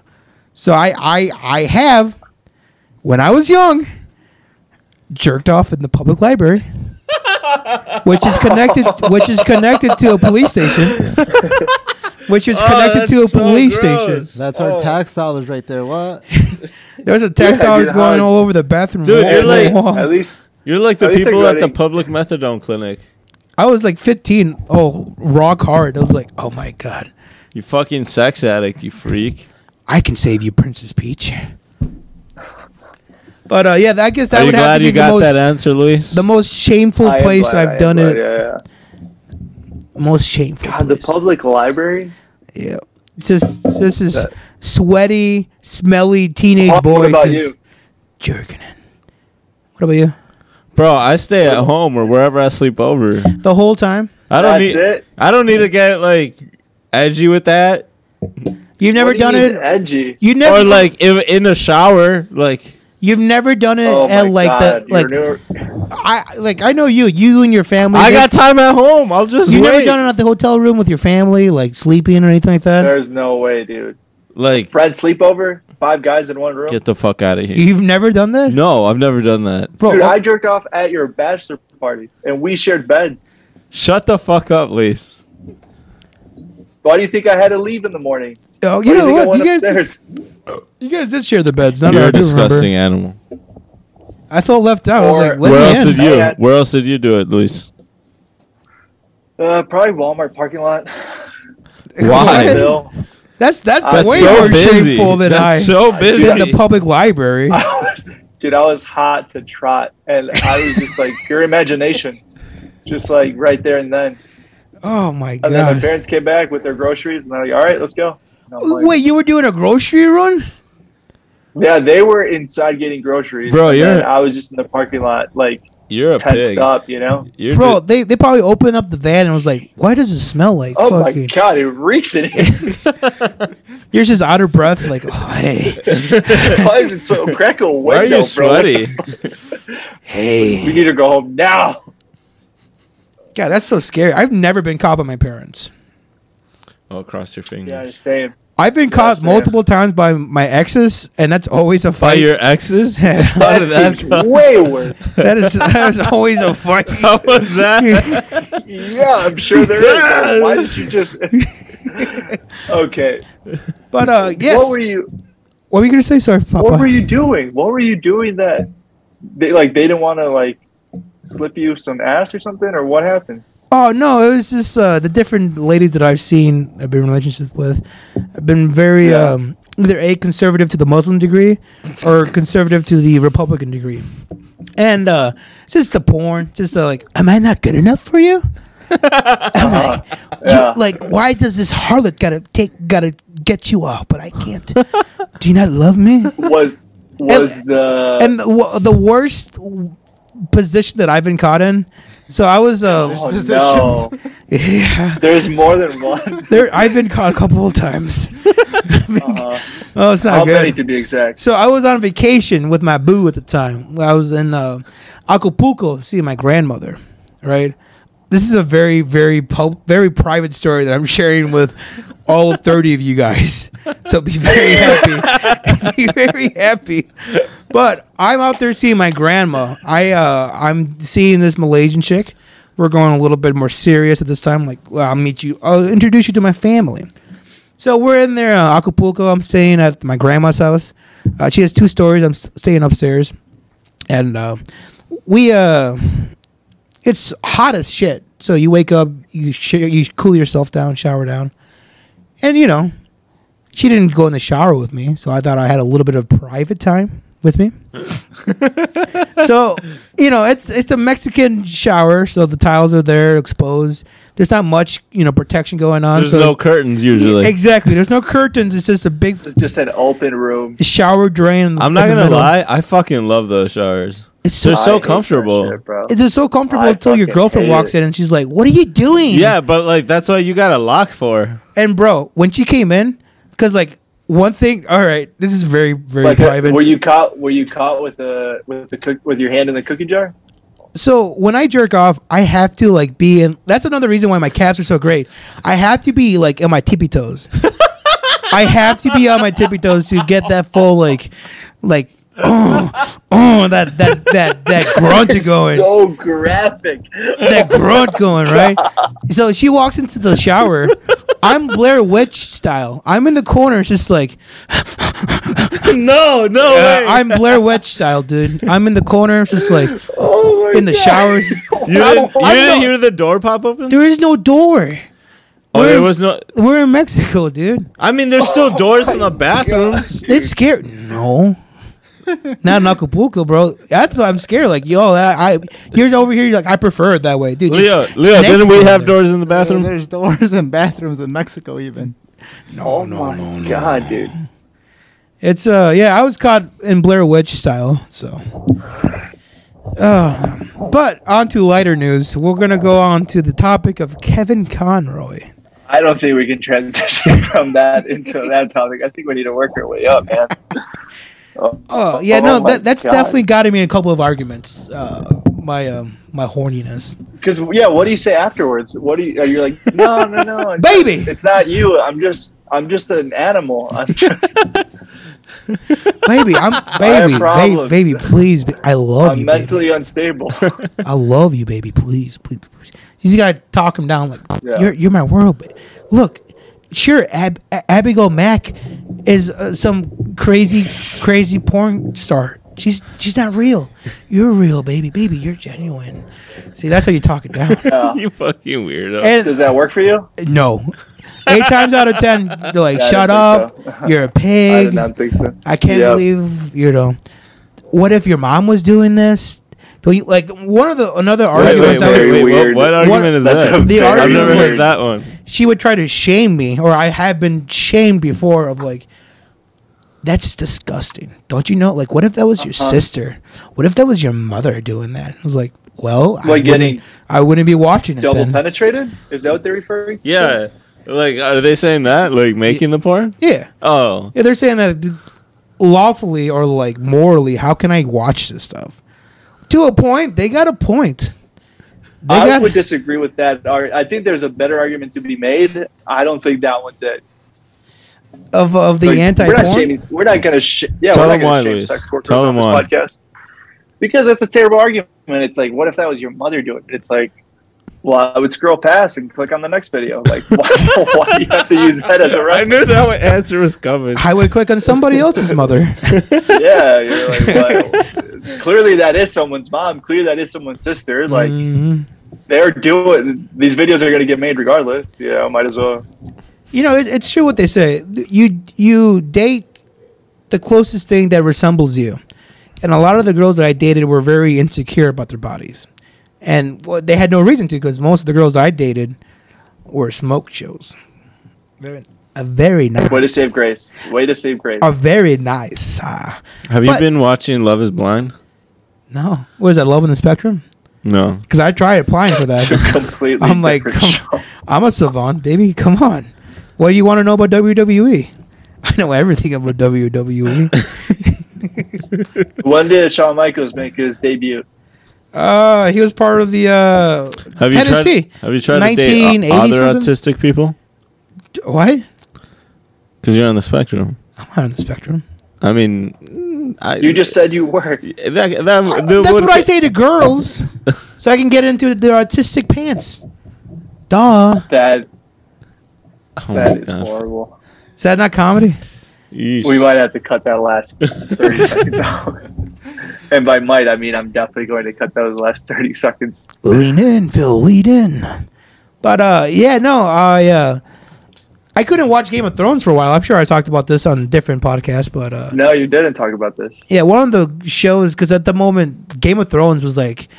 S3: So I, I, I have, when I was young, jerked off in the public library, which is connected, which is connected to a police station. which is
S1: Oh,
S3: connected to a
S1: that's so
S3: police
S1: gross.
S3: station.
S4: That's our tax dollars right there. What?
S3: There's a tax
S2: Yeah,
S3: dollars
S2: dude,
S3: going
S2: how-
S3: all over the bathroom.
S1: Dude,
S3: wall,
S1: you're like-
S3: wall, wall.
S2: At least
S1: You're like the
S2: At least they're
S1: people at the
S2: getting-
S1: public methadone clinic.
S3: I was like 15. Oh, rock hard. I was like, oh my god,
S1: You fucking sex addict, you freak.
S3: I can save you, Princess Peach. But uh, yeah, that- I guess that
S1: Are you
S3: would have
S1: glad
S3: to be
S1: you
S3: the
S1: got
S3: most,
S1: that answer, Luis?
S3: the most shameful
S2: I am
S3: place
S2: glad, I
S3: I've
S2: am
S3: done
S2: glad,
S3: it.
S2: Yeah, yeah.
S3: Most shameful.
S2: God, the
S3: place.
S2: public library.
S3: Yeah. Just this is
S2: That-
S3: sweaty, smelly teenage
S2: What
S3: boys
S2: about
S3: just
S2: you?
S3: jerking it. What about you?
S1: Bro, I stay at home or wherever I sleep over.
S3: The whole time?
S1: I don't
S2: That's
S1: need
S2: it?
S1: I don't need to get like edgy with that.
S3: You've never
S2: What do you
S3: done
S2: mean
S3: it.
S2: Edgy.
S3: You never
S1: Or like if, in the shower, like
S3: you've never done it
S2: Oh my
S3: at
S2: God.
S3: like the like
S2: You're never-
S3: I like I know you, you and your family.
S1: I
S3: you-
S1: got time at home. I'll just
S3: You've
S1: wait.
S3: never done it at the hotel room with your family, like sleeping or anything like that.
S2: there's no way, dude.
S1: like
S2: Fred sleepover, five guys in one room.
S1: get the fuck out of here.
S3: You've never done that,
S1: no, I've never done that.
S3: bro.
S2: Dude,
S3: what-
S2: I jerked off at your bachelor party, and we shared beds.
S1: Shut the fuck up, Luis.
S2: Why do you think I had to leave in the morning? Why
S3: oh, you
S2: do you
S3: know
S2: think I
S3: what?
S2: went
S3: You guys,
S2: upstairs?
S3: you guys did share the beds. Not
S1: You're
S3: I
S1: a
S3: do remember.
S1: disgusting animal.
S3: I felt left out. I was
S2: Or- Let
S3: like,
S1: Where
S3: let
S1: else
S3: me in.
S1: did you?
S2: Yeah.
S1: Where else did you do it, Luis?
S2: Uh, probably Walmart parking lot.
S1: Why?
S2: Bill.
S3: That's that's,
S1: That's
S3: way
S1: so
S3: more
S1: busy.
S3: shameful than
S1: That's
S3: I.
S1: so busy.
S3: in the public library.
S2: I was- dude, I was hot to trot, and I was just like your imagination, just like right there and then.
S3: Oh my
S2: And then my
S3: god!
S2: parents came back with their groceries, and they're like, "All right, let's go." And I'm like,
S3: Wait, you were doing a grocery run?
S2: Yeah, they were inside getting groceries,
S1: Bro,
S2: and
S1: you're-
S2: then I was just in the parking lot, like
S1: You're a
S2: tensed
S1: pig.
S2: up, you know.
S1: You're
S3: Bro,
S1: di-
S3: they, they probably opened up the van and was like, "Why does it smell like
S2: Oh my
S3: fucking?"
S2: god, it reeks in here.
S3: You're just out of breath. Like, oh, hey,
S2: Why is it so crack a window?
S1: why are
S2: bro?
S1: you sweaty?
S2: We
S7: Hey,
S2: need to go home now.
S3: God, that's so scary. I've never been caught by my parents.
S1: oh, cross your fingers.
S2: Yeah, same.
S3: I've been caught
S2: same.
S3: multiple times by my exes, and that's always a
S1: By
S3: fight.
S1: your exes? How
S2: That
S1: did that
S2: seems
S1: come?
S2: way worse.
S3: that is that is always a fight. uh,
S1: How was that?
S2: Yeah, I'm sure there is. but Why did you just? okay,
S3: But uh, yes.
S2: what were you?
S3: What were you gonna say? Sorry, Papa.
S2: What were you doing? What were you doing that? They like they didn't want to like slip you some ass or something or what happened?
S3: Oh no, it was just uh, the different ladies that I've seen, I've been in relationships with, have been very
S2: Yeah.
S3: um, either a conservative to the Muslim degree, or conservative to the Republican degree, and uh, it's just the porn, just the, like, am I not good enough for you? am I? you-
S2: Uh-huh. Yeah.
S3: like, why does this harlot gotta take gotta get you off, but I can't? Do you not love me?
S2: Was was the
S3: And the, w- the worst w- position that I've been caught in. So I was uh,
S2: oh, no?
S3: yeah.
S2: There's more than one.
S3: There, I've been caught a couple of times.
S2: Uh,
S3: oh, it's not
S2: how many
S3: good.
S2: to be exact?
S3: so I was on vacation with my boo at the time. I was in uh, Acapulco seeing my grandmother. Right. This is a very, very, pub- very private story that I'm sharing with all 30 of you guys. So be very happy. be very happy. But I'm out there seeing my grandma. I uh, I'm seeing this Malaysian chick. We're going a little bit more serious at this time. Like, well, I'll meet you. I'll introduce you to my family. So we're in there, uh, Acapulco. I'm staying at my grandma's house. Uh, she has two stories. I'm s- staying upstairs, and uh, we uh, it's hot as shit. So you wake up, you sh- you cool yourself down, shower down, and you know, she didn't go in the shower with me. So I thought I had a little bit of private time with me. so you know, it's it's a Mexican shower, so the tiles are there exposed. There's not much you know protection going on.
S1: There's
S3: so
S1: no curtains usually.
S3: Exactly. There's no curtains. It's just a big
S2: It's just an open room.
S3: shower drain. in the-
S1: I'm
S3: in
S1: not
S3: the
S1: gonna
S3: middle.
S1: lie, I fucking love those showers.
S3: It's so
S1: They're
S2: I
S1: so
S2: hate that
S1: comfortable.
S2: shit, bro.
S3: it's just so comfortable
S2: I
S3: until your
S2: fucking
S3: girlfriend
S2: hate
S3: walks
S2: it.
S3: in and she's like, "What are you doing?"
S1: Yeah, but like that's what you got a lock for.
S3: And bro, when she came in, because like one thing. All right, this is very very
S2: Like, uh,
S3: private.
S2: were you caught? Were you caught with the with the cook with your hand in the cookie jar?
S3: so when I jerk off, I have to like be in. That's another reason why my calves are so great. I have to be like in my tippy toes. I have to be on my tippy toes to get that full like, like oh, oh, that that that that grunt going,
S8: So graphic.
S3: that grunt going, right? So she walks into the shower. I'm Blair Witch style. I'm in the corner, just like
S8: no, no
S3: uh, I'm Blair Witch style, dude. I'm in the corner, just like
S8: oh my
S3: in the
S8: God.
S3: showers.
S1: You didn't, you
S3: I'm
S1: didn't
S3: not-
S1: hear the door pop open?
S3: There is no door.
S1: oh, there was no.
S3: We're in Mexico, dude.
S1: I mean, there's still
S3: Oh
S1: doors in the bathrooms.
S3: It's scary. No. Not in Acapulco, bro. That's why I'm scared. Like, yo, I, I here's over here. You're like, I prefer it that way, dude.
S1: Leo,
S3: It's- it's
S1: Leo,
S3: next
S1: didn't we
S3: to
S1: have
S3: another.
S1: doors in the bathroom?
S4: There's doors and bathrooms in Mexico even.
S8: Oh my God, dude.
S3: It's uh, yeah, I was caught in Blair Witch style. So, uh, but on to lighter news. We're gonna go on to the topic of Kevin Conroy.
S2: I don't think we can transition from that into that topic. I think we need to work our way up, man. Oh,
S3: Oh yeah,
S2: oh
S3: no,
S2: my
S3: that, that's
S2: God.
S3: definitely gotten me in a couple of arguments. Uh, my um, my horniness.
S2: Because yeah, what do you say afterwards? What do you? Are you like no, no, no, it's-
S3: Baby!
S2: It's not you. I'm just, I'm just an animal. I'm just,
S3: baby, I'm baby, baby,
S2: problems.
S3: baby, please. ba- I love
S2: I'm
S3: you, baby.
S2: mentally unstable.
S3: I love you, baby. Please, please, please. You just gotta talk him down. Like
S2: Yeah.
S3: you're you're my world. But look, sure, Ab- A- Abigail Mack is uh, some crazy, crazy porn star. She's she's not real. You're real, baby, baby. You're genuine. See, that's how you talk it down.
S1: you fucking weirdo.
S3: And
S2: Does that work for you?
S3: no, eight times out of ten, they're like,
S2: Yeah, I
S3: "Shut
S2: don't
S3: up,
S2: think so.
S3: you're a
S2: I
S3: pig."
S2: did not think so.
S3: I can't
S2: Yep.
S3: believe you know. What if your mom was doing this? Don't you like one of the another
S1: wait,
S3: arguments?
S1: wait,
S3: I would,
S1: wait, wait,
S2: weird.
S1: What, what argument
S3: What-
S1: is
S2: That's a
S1: that?
S3: The
S1: I've
S3: very
S1: never
S3: weird-
S1: heard that one.
S3: She would try to shame me, or I have been shamed before of like. That's disgusting. Don't you know? Like, what if that was your
S2: Uh-huh.
S3: sister? What if that was your mother doing that? I was like, well, I,
S2: Like getting
S3: wouldn't, I wouldn't be watching it
S2: double
S3: then.
S2: penetrated. Is that what they're referring? to?
S1: Yeah. Like, are they saying that? Like, making the porn?
S3: yeah.
S1: Oh.
S3: Yeah, they're saying that lawfully or like morally, how can I watch this stuff? To a point, they got a point. They
S2: I
S3: got,
S2: would disagree with that. ar- I think there's a better argument to be made. I don't think that one's it.
S3: of of the
S2: Like,
S3: anti
S2: We're not
S3: porn.
S2: shaming. We're not gonna. Sh- yeah,
S1: Tell
S2: we're
S1: them
S2: not gonna
S1: why,
S2: shame
S1: Luis.
S2: sex workers
S1: Tell
S2: on
S1: them
S2: this
S1: why.
S2: podcast because that's a terrible argument. It's like, what if that was your mother doing it? It's like, well, I would scroll past and click on the next video. Like, why, why do you have to use that as a
S1: I
S2: reference?
S1: knew that one answer was coming.
S3: I would click on somebody else's mother.
S2: Yeah, you're like, well, clearly that is someone's mom. Clearly that is someone's sister. Like,
S1: Mm.
S3: Mhm.
S2: they're doing these videos are gonna get made regardless. Yeah, I might as well.
S3: You know, it, it's true what they say. You you date the closest thing that resembles you, and a lot of the girls that I dated were very insecure about their bodies, and well, they had no reason to because most of the girls I dated were smoke shows. They're a very nice.
S2: Way to save grace. Way to save grace.
S3: are very nice. Uh,
S1: Have you
S3: But-
S1: been watching Love is Blind?
S3: no, what is that? Love in the Spectrum?
S1: No.
S3: Because I tried applying for
S2: Two
S3: that.
S2: completely
S3: I'm like,
S2: different
S3: come,
S2: shows.
S3: I'm a savant, baby. Come on. What do you want to know about WWE? I know everything about E. WWE.
S2: When did Shawn Michaels make his debut?
S3: uh, he was part of the uh,
S1: Have you
S3: Tennessee.
S1: tried? Have you tried to date o-
S3: 1980
S1: other
S3: something?
S1: autistic people?
S3: What? I'm
S1: Because you're on the spectrum.
S3: not on the spectrum.
S1: I mean, mm, I,
S2: You just said you were.
S1: that, that, that
S3: That's
S1: would-
S3: what I say to girls, so I can get into their artistic pants. Duh.
S2: That
S1: Oh my
S2: that is
S1: gosh.
S2: horrible.
S3: Is that not comedy?
S1: Yeesh.
S2: We might have to cut that last thirty seconds out. And by might, I mean I'm definitely going to cut those last thirty seconds.
S3: Lean in, Phil. Lean in. But uh, yeah, no, I uh, I couldn't watch Game of Thrones for a while. I'm sure I talked about this on different podcasts, but uh,
S2: No, you didn't talk about this.
S3: yeah, one of the shows because at the moment Game of Thrones was like,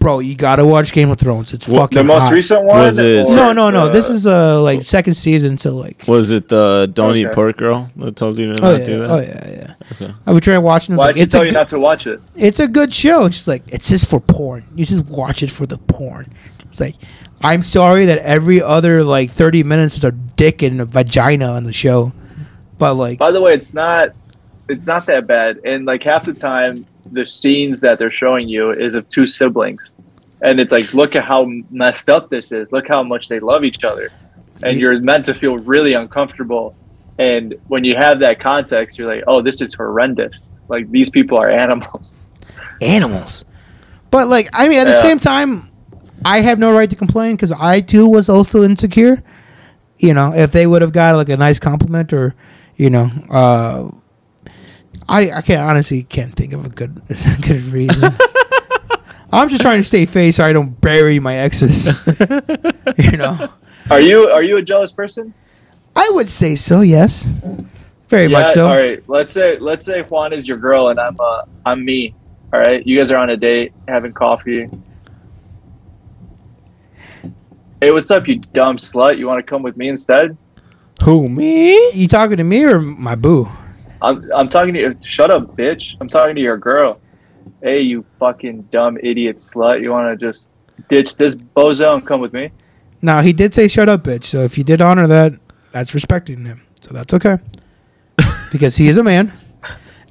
S3: bro, you gotta watch Game of Thrones. It's
S1: What,
S3: fucking
S2: The most
S3: hot."
S2: recent one.
S1: Was it-
S2: or
S3: No, no, no.
S2: the-
S3: this is uh like second season to like.
S1: Was it the don't eat
S2: Okay.
S1: pork girl that told you to
S3: Oh
S1: not
S3: yeah,
S1: do that?
S3: oh yeah, yeah. I was trying watching. It's
S2: Why
S3: like
S2: did she
S3: it's a
S2: tell you
S3: good,
S2: not to watch it?
S3: it's a good show. She's like, it's just for porn. You just watch it for the porn. It's like, I'm sorry that every other like 30 minutes is a dick and a vagina on the show, but like,
S2: By the way, it's not it's not that bad. And like half the time, the scenes that they're showing you is of two siblings, and it's like, look at how messed up this is. Look how much they love each other, and you're meant to feel really uncomfortable. And when you have that context, you're like, oh, this is horrendous. Like these people are animals.
S7: Animals.
S3: But like, I mean, at the
S2: Yeah.
S3: same time, I have no right to complain because I too was also insecure. You know, if they would have got like a nice compliment or, you know, uh, I I can't honestly can't think of a good a good reason. I'm just trying to stay face so I don't bury my exes. you know,
S2: Are you are you a jealous person?
S3: I would say so. Yes, very much so.
S2: All right. Let's say let's say Juan is your girl and I'm uh I'm me. All right. You guys are on a date having coffee. Hey, what's up, you dumb slut? You want to come with me instead?
S1: Who me?
S3: You talking to me or my boo?
S2: I'm I'm talking to you. Shut up, bitch. I'm talking to your girl. Hey, you fucking dumb idiot slut. You want to just ditch this bozo and come with me?
S3: Now he did say "shut up, bitch." So if you did honor that, that's respecting him. So that's okay, because he is a man,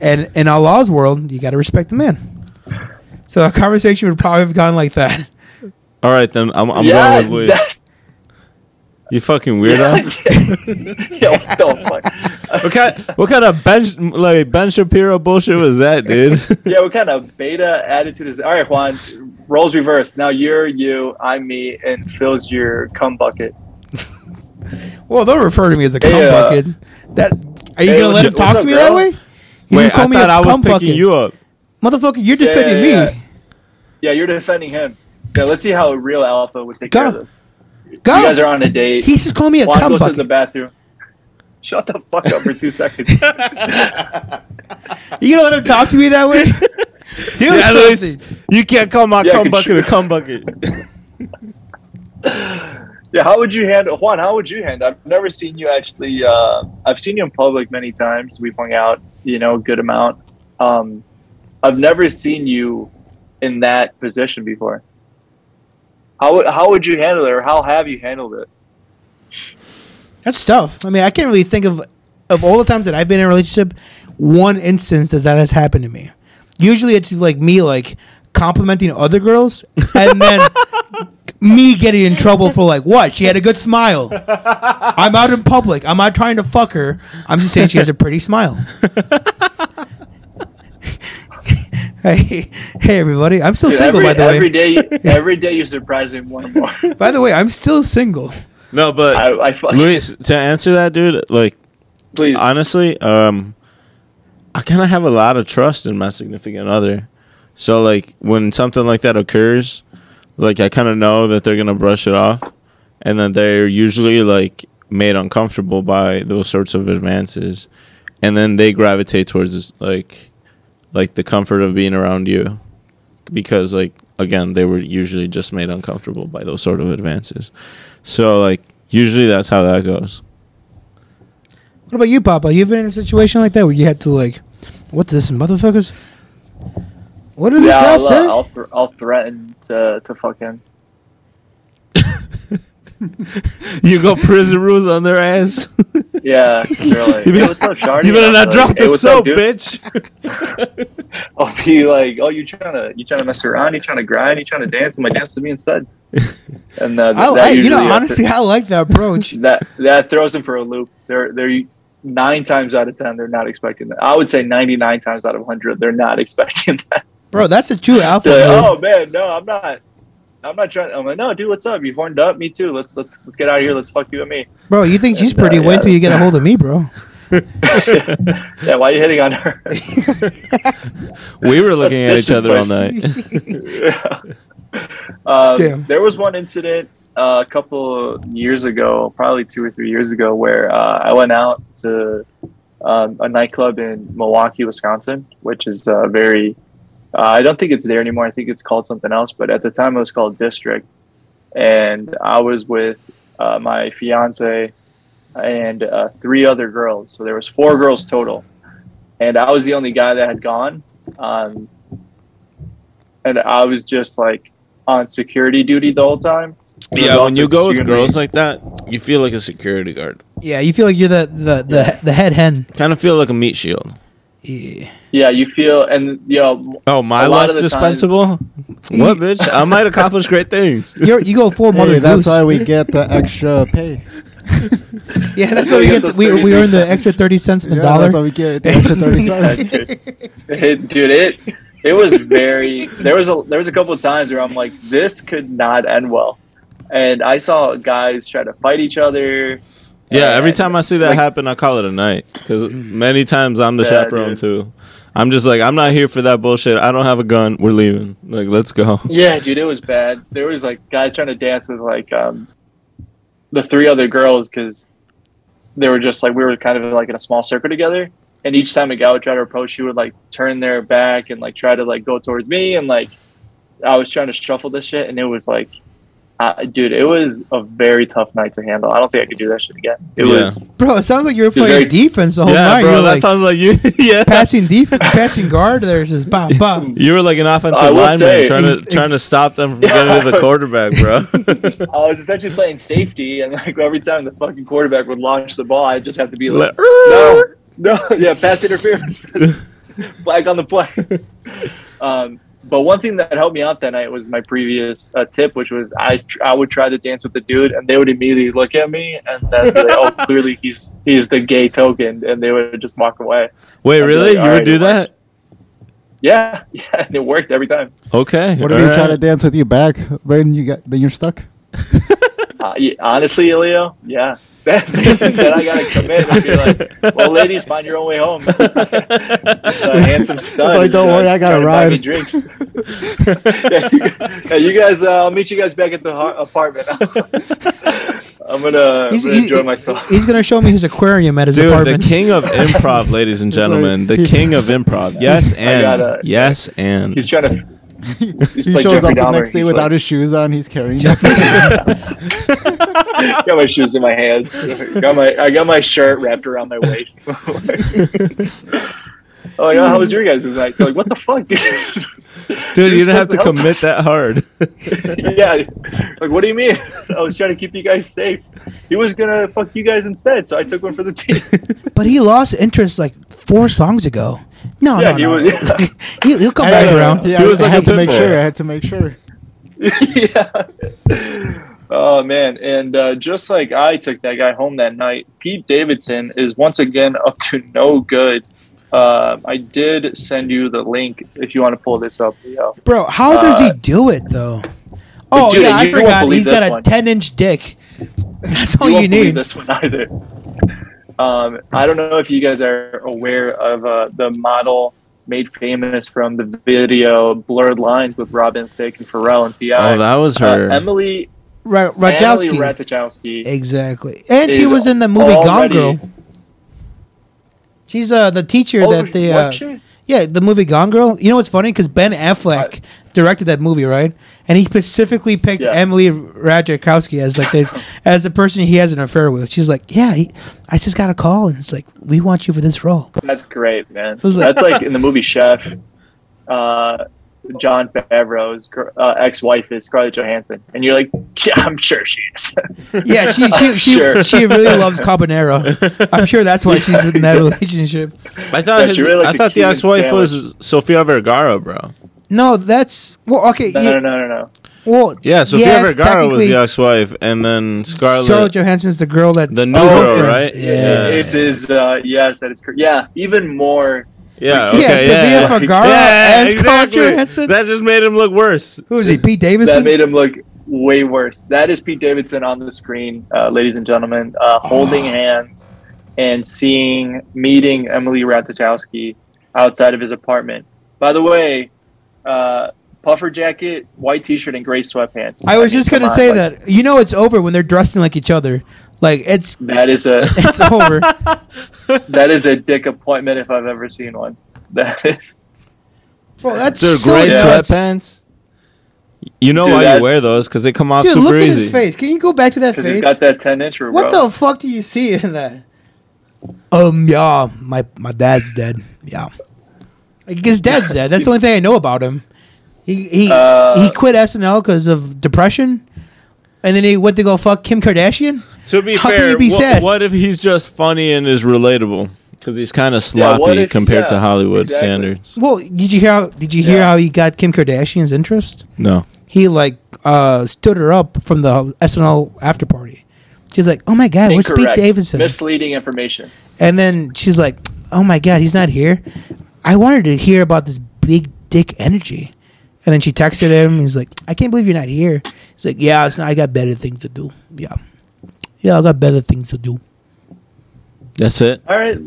S3: and in Allah's world, you got to respect the man. So a conversation would probably have gone like that.
S1: All right, then I'm, I'm going with Luis.
S2: that-
S1: you fucking weirdo.
S2: yeah, what the fuck?
S1: what kind? What kind of Ben like Ben Shapiro bullshit was that, dude?
S2: yeah, what kind of beta attitude is? All right, Juan. Roles reverse. Now you're you, I'm me, and Phil's your cum bucket.
S3: Well, don't refer to me as a cum
S2: Hey, uh,
S3: bucket. That are you
S2: hey,
S3: gonna
S2: what's-
S3: let him
S2: what's
S3: talk to
S2: up,
S3: me that
S2: girl?
S3: way? He's
S1: Wait, I
S3: gonna call me
S1: thought
S3: a
S1: I was
S3: cum
S1: picking
S3: bucket.
S1: you up.
S3: Motherfucker, you're
S2: yeah,
S3: defending
S2: yeah.
S3: me.
S2: Yeah, you're defending him. Yeah, let's see how a real alpha would take care
S3: Go,
S2: of this.
S3: go.
S2: You guys are on a date.
S3: He's just calling me a
S2: Juan
S3: cum
S2: goes to the
S3: bucket.
S2: bathroom. Shut the fuck up for two seconds.
S3: You gonna let him talk to me that way? Dude,
S1: Yeah, Luis, you can't call my
S2: Yeah,
S1: cum
S2: good
S1: bucket a
S2: shit.
S1: cum bucket.
S2: Yeah, how would you handle Juan? How would you handle? I've never seen you actually. Uh, I've seen you in public many times. We've hung out, you know, a good amount. Um, I've never seen you in that position before. How would how would you handle it, or how have you handled it?
S3: That's tough. I mean, I can't really think of of all the times that I've been in a relationship, one instance that that has happened to me. Usually, it's like me like complimenting other girls, and then me getting in trouble for like what she had a good smile. I'm out in public. I'm not trying to fuck her. I'm just saying she has a pretty smile. hey, hey, everybody! I'm still
S2: Dude,
S3: single,
S2: every,
S3: by the way.
S2: every day, every day you surprise me more and more.
S3: By the way, I'm still single.
S1: No, but
S2: I, I fucking
S1: Luis, to answer that, dude, like
S2: please.
S1: honestly, um, I kind of have a lot of trust in my significant other. So like when something like that occurs, like I kind of know that they're gonna brush it off, and then they're usually like made uncomfortable by those sorts of advances, and then they gravitate towards this, like, like the comfort of being around you, because like again they were usually just made uncomfortable by those sort of advances. So like usually that's how that goes.
S3: What about you, Papa? You've been in a situation like that where you had to like, what's this motherfuckers? What did this
S2: yeah,
S3: guy
S2: I'll,
S3: say?
S2: uh, I'll, th- I'll threaten to to fuck him.
S1: You go prison rules on their ass.
S2: Yeah,
S1: You
S2: really. hey,
S1: better-
S2: what's up, Shardy?
S1: you better not
S2: Like,
S1: drop
S2: hey,
S1: the
S2: what's up,
S1: soap,
S2: dude?
S1: bitch.
S2: I'll be like, "Oh, you trying to you trying to mess around? You trying to grind? You trying to dance? Am I dance with me instead?" And uh,
S3: I,
S2: that
S3: I, you know,
S2: usually-
S3: honestly, I like that approach.
S2: that that throws them for a loop. They're they're nine times out of ten they're not expecting that. I would say ninety nine times out of hundred they're not expecting that.
S3: Bro, that's a true alpha.
S2: They're like,
S3: move.
S2: oh man, no, I'm not. I'm not trying. I'm like, no, dude, what's up? You horned up. Me too. Let's let's let's get out of here. Let's fuck you and me.
S3: Bro, you think she's
S2: Yeah,
S3: pretty?
S2: yeah,
S3: Wait till you get a
S2: that's-
S3: hold of me, bro.
S2: Yeah, why are you hitting on her?
S1: We were looking at
S2: That's
S1: each other all night.
S2: Um,
S3: Damn.
S2: there was one incident uh, a couple years ago, probably two or three years ago, where uh, I went out to um, a nightclub in Milwaukee, Wisconsin, which is uh, very. Uh, I don't think it's there anymore. I think it's called something else, but at the time it was called District, and I was with uh, my fiance and uh, three other girls. So there was four girls total, and I was the only guy that had gone. Um, and I was just like on security duty the whole time. And it
S1: Yeah,
S2: was
S1: when
S2: also
S1: you go with
S2: extremely-
S1: girls like that, you feel like a security guard.
S3: Yeah, you feel like you're the the the, the head hen.
S1: Kind of feel like a meat shield.
S3: Yeah.
S2: yeah, you feel and you know,
S1: Oh, my
S2: A lot
S1: life's
S2: of the
S1: dispensable. What, bitch? I might accomplish great things.
S3: You're, you go full Oh, mother
S4: Hey, that's
S3: goose.
S4: why we get the extra pay.
S3: Yeah, that's why we
S2: You
S3: get
S2: get
S3: the,
S2: those
S3: we
S2: 30
S3: we earn the
S2: cents.
S3: extra thirty cents in the
S4: yeah,
S3: dollar.
S4: That's how we get the extra 30 cents.
S2: It- dude, it it was very. There was a there was a couple of times where I'm like, this could not end well, and I saw guys try to fight each other.
S1: Yeah, every
S2: and-
S1: time I see that happen, I call it a night. Because many times I'm the
S2: Yeah,
S1: chaperone
S2: dude.
S1: too. I'm just like, I'm not here for that bullshit. I don't have a gun. We're leaving. Like, let's go.
S2: Yeah, dude, it was bad. There was like guys trying to dance with like um, the three other girls because they were just like we were kind of like in a small circle together. And each time a guy would try to approach, she would like turn their back and like try to like go towards me. And like I was trying to shuffle this shit, and it was like, uh, dude, it was a very tough night to handle. I don't think I could do that shit again. It
S1: Yeah.
S2: was
S3: Bro, it sounds like you were
S2: Dude, very-
S3: playing defense the whole
S1: yeah,
S3: night.
S1: bro,
S3: Oh, You're
S1: that
S3: like
S1: sounds like you. yeah,
S3: passing defense, passing guard. There's just pop, pop.
S1: you were like an offensive
S2: I will
S1: lineman
S2: say-
S1: trying to
S3: Ex- ex-
S1: trying to stop them from getting to the quarterback, bro.
S2: I was essentially playing safety, and like every time the fucking quarterback would launch the ball, I just have to be like,
S1: Like,
S2: no, no, yeah, pass interference, flag on the play. Um, but one thing that helped me out that night was my previous uh, tip, which was I tr- I would try to dance with the dude, and they would immediately look at me, and then be like, oh, clearly he's he's the gay token, and they would just walk away.
S1: Wait,
S2: I'd be
S1: really?
S2: like,
S1: you
S2: "All
S1: would
S2: right,
S1: do
S2: it worked."
S1: that?
S2: Yeah, yeah, and it worked every time.
S1: Okay.
S4: What if they
S1: alright.
S4: try to dance with you back? Then you got then you're stuck.
S2: Uh, yeah, honestly, Elio, yeah. then I gotta commit and be like, "Well, ladies, find your own way home." uh, handsome stud.
S4: Like, don't
S2: is,
S4: worry, I got a
S2: trying to buy
S4: ride.
S2: me drinks. yeah, you, yeah, you guys, uh, I'll meet you guys back at the har- apartment. I'm gonna,
S3: He's,
S2: I'm gonna
S3: he's,
S2: enjoy myself.
S3: he's gonna show me his aquarium at his
S1: Dude,
S3: apartment.
S1: the king of improv, ladies and gentlemen, the king of improv. Yes, and
S2: gotta-
S1: yes, and
S2: He's trying to.
S4: he
S2: like
S4: shows
S2: Jeffrey
S4: up the
S2: Dahmer.
S4: next day
S2: He's
S4: without
S2: like-
S4: his shoes on. He's carrying. nothing.
S2: got my shoes in my hands. got my, I got my shirt wrapped around my waist. oh my god, how was your guys' night? They're like, what the fuck? dude?"
S1: dude, you
S2: you're
S1: didn't have
S2: supposed
S1: to
S2: to help
S1: commit
S2: us.
S1: that hard.
S2: yeah. Like, what do you mean? I was trying to keep you guys safe. He was gonna fuck you guys instead, so I took one for the team.
S3: but he lost interest like four songs ago. No,
S2: Yeah,
S3: no,
S2: he
S3: no.
S2: was- yeah.
S3: he, will come
S4: I-
S3: back around.
S4: Yeah,
S1: He was
S4: I
S1: like a
S4: had to make
S1: pinball.
S4: sure. I had to make sure.
S2: yeah. Oh man, and uh, just like I took that guy home that night, Pete Davidson is once again up to no good. Um I did send you the link if you want to pull this up. Leo.
S3: Bro, how does he
S2: Uh,
S3: do it though? Oh
S2: dude,
S3: yeah, I
S2: you won't
S3: forgot.
S2: believe
S3: He's
S2: this
S3: got a
S2: one.
S3: ten-inch dick. That's all
S2: you
S3: Oh, you,
S2: won't believe
S3: need.
S2: this one either. Um, I don't know if you guys are aware of uh, the model made famous from the video "Blurred Lines" with Robin Thicke and Pharrell and Ti.
S1: Oh, that was her.
S2: Uh, Emily
S3: Ra-
S2: Emily
S3: Rajowski.
S2: Ratajkowski.
S3: Exactly. And she
S2: is
S3: was in the movie Gone
S2: already-
S3: Girl. She's uh, the teacher
S2: Oh,
S3: that they.
S2: was
S3: Uh,
S2: she?
S3: yeah, the movie Gone Girl. You know what's funny? Because Ben Affleck directed that movie, right? And he specifically picked
S2: Yeah.
S3: Emily Ratajkowski as like the as the person he has an affair with. She's like, yeah, he, I just got a call, and it's like, we want you for this role.
S2: That's great, man.
S3: was like-
S2: That's like in the movie Chef. Uh, John Favreau's gr- uh, ex-wife is Scarlett Johansson, and you're like, yeah, I'm sure she is.
S3: Yeah, she she she,
S2: Sure.
S3: she really loves Cabanero. I'm sure that's why
S2: Yeah,
S3: she's in that
S2: exactly.
S3: relationship.
S1: I thought
S2: Yeah,
S1: his,
S2: she really likes
S1: I
S2: a
S1: thought the
S2: Cuban
S1: ex-wife was Sofia Vergara, bro.
S3: No, that's well, okay.
S2: No,
S3: yeah,
S2: no, no, no, no.
S3: Well,
S1: Yeah, Sofia
S3: yes,
S1: Vergara was
S3: technically,
S1: the ex-wife, and then Scarlett,
S3: Scarlett Johansson's the girl that
S1: the new
S2: Oh,
S1: girl,
S2: okay.
S1: right?
S3: Yeah.
S2: This is uh, yes, that is correct. Yeah, even more
S1: yeah,
S3: Yeah,
S1: okay,
S3: Sofia
S1: yeah.
S3: Vergara
S1: yeah,
S3: as Scarlett
S1: exactly.
S3: Johansson?
S1: That just made him look worse.
S3: who is he? Pete
S2: that
S3: Davidson.
S2: made him look way worse. That is Pete Davidson on the screen, uh, ladies and gentlemen, uh, holding
S3: Oh.
S2: hands and seeing, meeting Emily Ratajkowski outside of his apartment. By the way, uh, puffer jacket, white t-shirt, and gray sweatpants.
S3: I was
S2: mean,
S3: just
S2: come
S3: gonna
S2: on,
S3: say
S2: like,
S3: that. You know, it's over when they're dressing like each other. Like it's
S2: That is a
S3: it's over.
S2: that is a dick appointment if I've ever seen one. That is
S3: Bro, that's
S1: They're
S3: so
S1: gray
S3: nuts.
S1: sweatpants. You know
S2: Dude,
S1: why you
S2: that's-
S1: wear those? Because they come off
S3: Dude,
S1: super
S3: look at
S1: easy.
S3: his face. Can you go back to that
S2: because he's
S3: face?
S2: got that ten inch.
S3: what the fuck do you see in that? Um, yeah, my my dad's dead. Yeah, like his dad's dead. That's the only thing I know about him. He he
S2: Uh,
S3: he quit SNL because of depression, and then he went to go fuck Kim Kardashian.
S1: To be
S3: How can
S1: fair,
S3: you be
S1: wha-
S3: sad?
S1: what if he's just funny and is relatable? Because he's kind of
S2: Yeah, what
S1: sloppy
S2: if-
S1: compared to
S2: yeah,
S1: Hollywood
S2: exactly.
S1: standards.
S3: Well, did you hear? How, did you hear
S2: Yeah.
S3: how he got Kim Kardashian's interest?
S1: No.
S3: He like uh stood her up from the SNL after party. She's like, oh my god, where's Pete
S2: Incorrect.
S3: Davidson?
S2: Misleading information.
S3: and then she's like, oh my god, he's not here. I wanted to hear about this big dick energy. And then she texted him. He's like, I can't believe you're not here. He's like, yeah, it's not, I got better things to do. Yeah, yeah, I got better things to do.
S1: That's it.
S2: All right,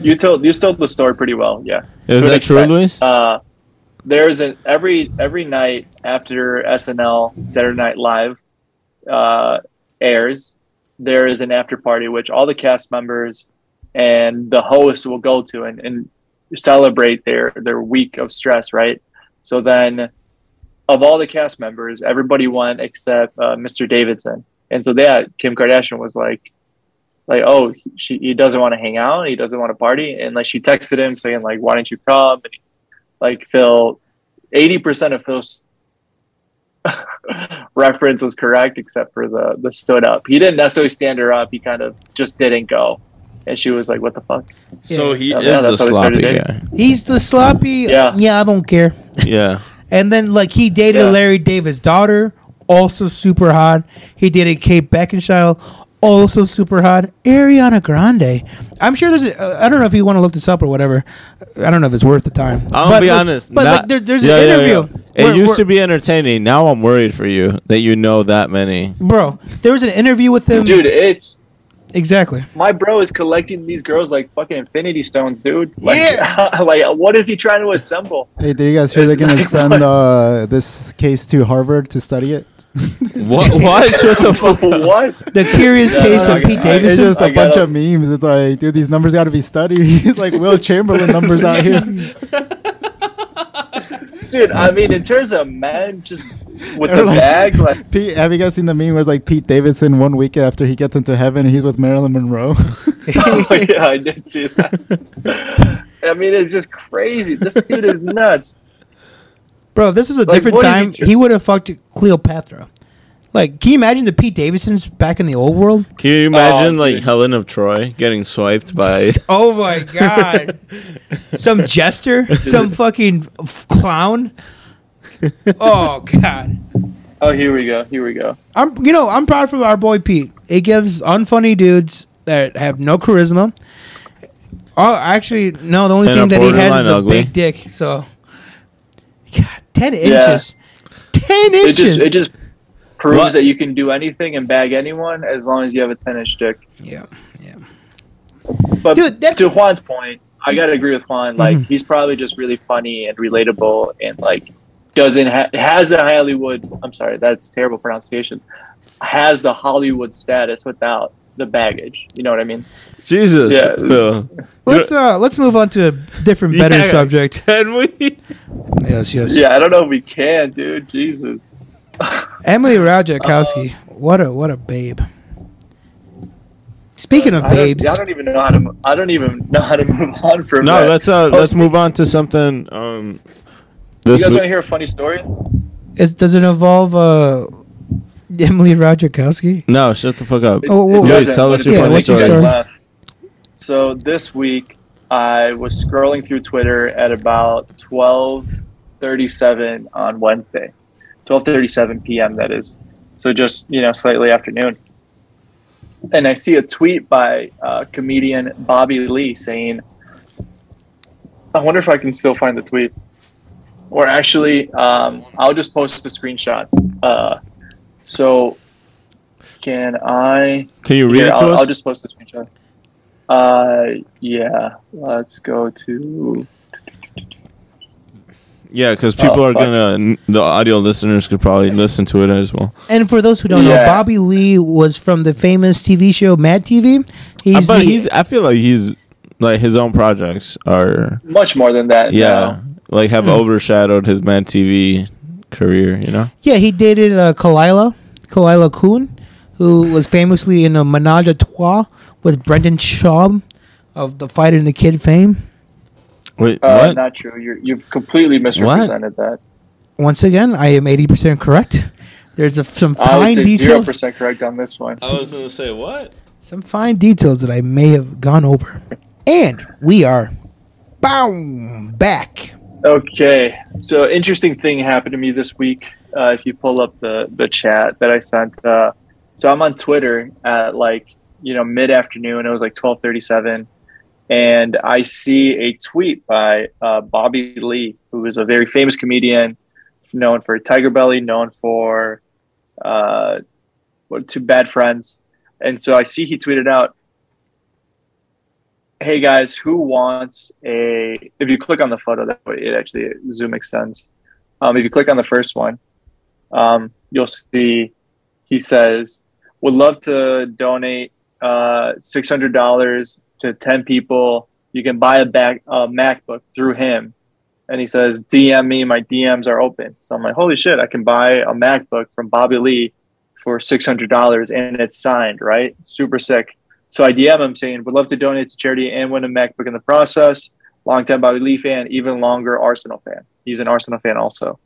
S2: you told you told the story pretty well. Yeah.
S1: Is
S2: To an
S1: that true,
S2: extent.
S1: Luis?
S2: Uh, there's an every every night after SNL Saturday Night Live uh, airs, there is an after party which all the cast members and the host will go to and, and celebrate their their week of stress. Right. So then, of all the cast members, everybody won except uh, Mr. Davidson, and so that Kim Kardashian was like. Like oh she he doesn't want to hang out he doesn't want to party and like she texted him saying like why didn't you come and like Phil, eighty percent of Phil's reference was correct, except for the the stood up. He didn't necessarily stand her up. He kind of just didn't go, and she was like, "What the fuck?"
S1: so he
S2: Yeah,
S1: is
S2: that's
S1: the
S2: how we started
S1: sloppy guy.
S2: dating.
S3: He's the sloppy.
S2: Yeah.
S3: yeah, I don't care.
S1: Yeah.
S3: And then like he dated
S2: Yeah.
S3: Larry David's daughter, also super hot. He dated Kate Beckinsale, also super hot. Ariana Grande. I'm sure there's. A, uh, I don't know if you want to look this up or whatever. I don't know if it's worth the time.
S1: I'll
S3: But
S1: be
S3: look-
S1: honest.
S3: But
S1: not-
S3: like there, there's
S1: Yeah,
S3: an
S1: yeah,
S3: interview.
S1: yeah.
S3: where-
S1: It used
S3: where-
S1: to be entertaining. Now I'm worried for you that you know that many.
S3: bro. There was an interview with him.
S2: Dude, it's
S3: exactly.
S2: my bro is collecting these girls like fucking infinity stones, dude. Like, like what is he trying to assemble?
S4: Hey, did you guys hear they're gonna send uh, this case to Harvard to study it?
S1: What? What? Shut the fuck up.
S2: what?
S3: The curious
S2: Yeah,
S3: case
S2: no,
S3: of
S2: I-
S3: Pete
S2: I-
S4: It's
S3: Davidson.
S4: just a
S2: I
S4: bunch
S2: gotta-
S4: of memes. It's like, dude, these numbers got to be studied. He's like Will Chamberlain numbers out here.
S2: Dude, I mean, in terms of men, just with
S4: They're
S2: the
S4: like-
S2: bag, like
S4: Pete, have you guys seen the meme where it's like Pete Davidson one week after he gets into heaven, he's with Marilyn Monroe?
S2: oh, yeah, I did see that. I mean, it's just crazy. This dude is nuts.
S3: Bro, if this was a
S2: Like,
S3: different
S2: what did
S3: time,
S2: you-
S3: he would have fucked Cleopatra. Like, can you imagine the Pete Davidsons back in the old world?
S1: Can you imagine
S2: Oh,
S1: like
S2: dude.
S1: Helen of Troy getting swiped by?
S3: Oh my god! some jester, some fucking f- clown. Oh god!
S2: Oh, here we go. Here we go.
S3: I'm you know I'm proud of our boy Pete. It gives unfunny dudes that have no charisma. Oh, actually, no. The only
S1: And
S3: thing
S1: are
S3: that he has is
S1: borderline
S3: a
S1: ugly.
S3: big dick. So, god, ten
S2: Yeah.
S3: inches. Ten
S2: It
S3: inches.
S2: just it just proves
S1: What?
S2: that you can do anything and bag anyone as long as you have a ten inch dick.
S3: yeah, yeah.
S2: But
S3: Dude, that-
S2: to Juan's point, I gotta agree with Juan. Like he's probably just really funny and relatable and like doesn't ha- has the Hollywood. I'm sorry, that's terrible pronunciation. Has the Hollywood status without the baggage. You know what I mean?
S1: Jesus,
S2: Yeah.
S1: Phil.
S3: Let's uh let's move on to a different, better
S1: Yeah.
S3: subject.
S1: Can we?
S3: Yes, yes.
S2: Yeah, I don't know if we can, dude. Jesus. Uh,
S3: Emily Ratajkowski, what a what a babe. Speaking of
S2: I don't-
S3: babes,
S2: I don't even know how to. mo- I don't even know how to move on from.
S1: No,
S2: that.
S1: let's uh,
S2: Oh,
S1: let's move on to something. Um,
S2: You
S1: this
S2: guys want to
S1: w-
S2: hear a funny story?
S3: it, does it involve uh, Emily Ratajkowski?
S1: no, shut the fuck up.
S3: Oh, whoa, whoa.
S1: Guys,
S2: doesn't,
S1: tell
S2: but
S1: us
S2: it
S3: your funny
S2: doesn't make you
S3: story.
S2: guys laugh. So this week, I was scrolling through Twitter at about twelve thirty-seven on Wednesday, twelve thirty-seven p.m. That is, so just you know slightly afternoon. And I see a tweet by uh, comedian Bobby Lee saying, "I wonder if I can still find the tweet." Or actually, um, I'll just post the screenshots. Uh, so, can I?
S1: Can you read
S2: Here,
S1: it to
S2: I'll,
S1: us?
S2: I'll just post a screenshot. Uh, yeah. Let's go to.
S1: yeah, because people
S2: Oh,
S1: are
S2: fuck.
S1: gonna n- the audio listeners could probably listen to it as well.
S3: And for those who don't know,
S2: Yeah.
S3: Bobby Lee was from the famous TV show Mad TV.
S2: Uh,
S3: He's,
S1: but
S3: the-
S1: he's. I feel like he's like his own projects are.
S2: Much more than that.
S1: Yeah, like have overshadowed his man TV career. You know.
S3: yeah he dated uh, Kalila Kalila Kuhn, who was famously in a Menage a Trois with Brendan Schaub of the Fighter and the Kid fame.
S1: Wait,
S2: now. Uh,
S1: what?
S2: Not true. You're, you've completely misrepresented that.
S3: Once again, I am eighty percent correct. There's a, some
S2: I would
S3: fine
S2: say zero
S3: details.
S2: percent correct on this one.
S1: was gonna say what?
S3: some fine details that I may have gone over. And we are boom back.
S2: Okay. So interesting thing happened to me this week. Uh, if you pull up the the chat that I sent, uh, so I'm on Twitter at like you know mid afternoon. It was like twelve thirty seven, and I see a tweet by uh, Bobby Lee, who is a very famous comedian, known for Tiger Belly, known for uh, what two bad friends, and so I see he tweeted out. Hey guys, who wants a? If you click on the photo, that way it actually zoom extends. Um, if you click on the first one, um, you'll see he says, would love to donate uh, $600 to 10 people. You can buy a back, uh, MacBook through him. And he says, DM me, my DMs are open. So I'm like, holy shit, I can buy a MacBook from Bobby Lee for $600 and it's signed, right? Super sick. So I DM him saying, would love to donate to charity and win a MacBook in the process. Longtime Bobby Lee fan, even longer Arsenal fan. He's an Arsenal fan also.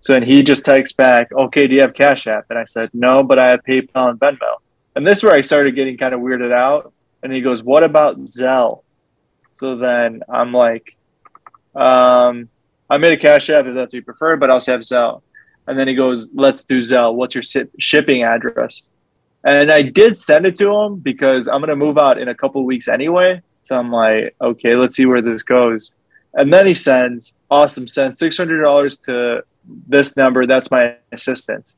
S2: So then he just texts back, okay, do you have Cash App? And I said, no, but I have PayPal and Venmo. And this is where I started getting kind of weirded out. And he goes, what about Zelle? So then I'm like, um, I made a Cash App if that's what you prefer, but I also have Zelle. And then he goes, let's do Zelle. What's your si- shipping address? And I did send it to him because I'm going to move out in a couple weeks anyway. So I'm like, okay, let's see where this goes. And then he sends, awesome, send $600 to this number. That's my assistant.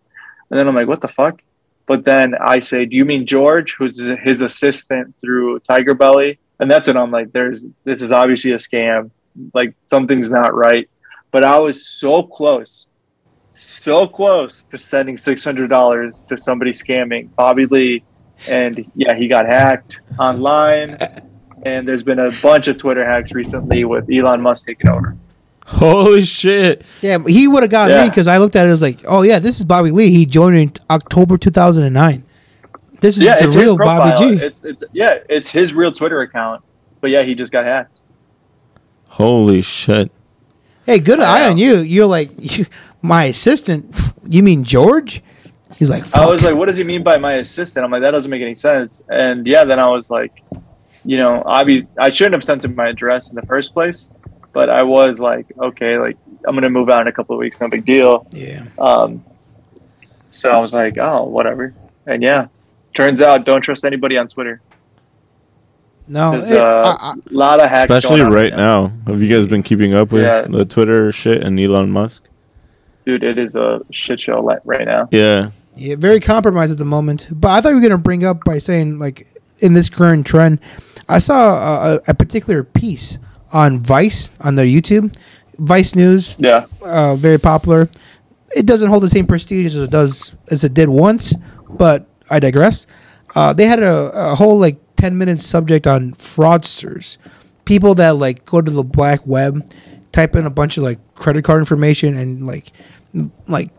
S2: And then I'm like, what the fuck? But then I say, do you mean George, who's his assistant through Tiger Belly? And that's when I'm like, there's this is obviously a scam. Like something's not right. But I was so close, so close to sending six hundred dollars to somebody scamming Bobby Lee, and yeah, he got hacked online. And there's been a bunch of Twitter hacks recently with Elon Musk taking over.
S1: Holy shit!
S3: Yeah, but he would have gotten me
S2: Yeah.
S3: because I looked at it as like, oh yeah, this is Bobby Lee. He joined in October 2009. This is
S2: yeah,
S3: the
S2: it's
S3: real
S2: his profile.
S3: Bobby G.
S2: It's it's yeah, it's his real Twitter account. But yeah, he just got hacked.
S1: Holy shit!
S3: hey, good eye on you. You're like you, my assistant. You mean George? He's like,
S2: I
S3: fuck.
S2: was like, what does he mean by my assistant? I'm like, that doesn't make any sense. And yeah, then I was like, you know, I be I shouldn't have sent him my address in the first place, but I was like, okay, like I'm gonna move out in a couple of weeks, no big deal.
S3: yeah.
S2: Um, so I was like, oh, whatever. And yeah, turns out, don't trust anybody on Twitter.
S3: No,
S2: There's
S3: it-
S2: uh,
S3: Oh, I- I-
S2: a lot of hacks,
S1: Especially
S2: going on
S1: right now. Have you guys been keeping up with
S2: Yeah.
S1: the Twitter shit and Elon Musk?
S2: dude. It is a shit show li- right now.
S1: Yeah.
S3: yeah, very compromised at the moment. But I thought you were gonna bring up by saying like in this current trend, I saw a, a, a particular piece on Vice on their YouTube, Vice News.
S2: Yeah,
S3: uh, very popular. It doesn't hold the same prestige as it does as it did once, but I digress. Uh, they had a, a whole like ten minute subject on fraudsters, people that like go to the black web, type in a bunch of like credit card information and like m- like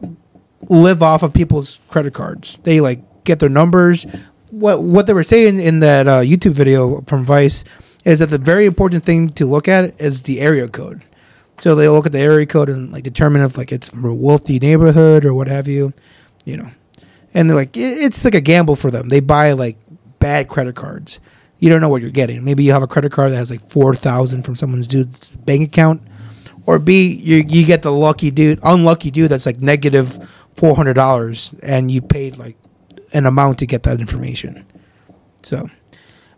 S3: live off of people's credit cards. They like get their numbers. What what they were saying in that uh, YouTube video from Vice is that the very important thing to look at is the area code. So they look at the area code and like determine if like it's from a wealthy neighborhood or what have you, you know. And they're like, i- it's like a gamble for them. They buy like bad credit cards. You don't know what you're getting. Maybe you have a credit card that has like four thousand from someone's dude's bank account, or B, you you get the lucky dude, unlucky dude that's like negative four hundred dollars, and you paid like an amount to get that information. So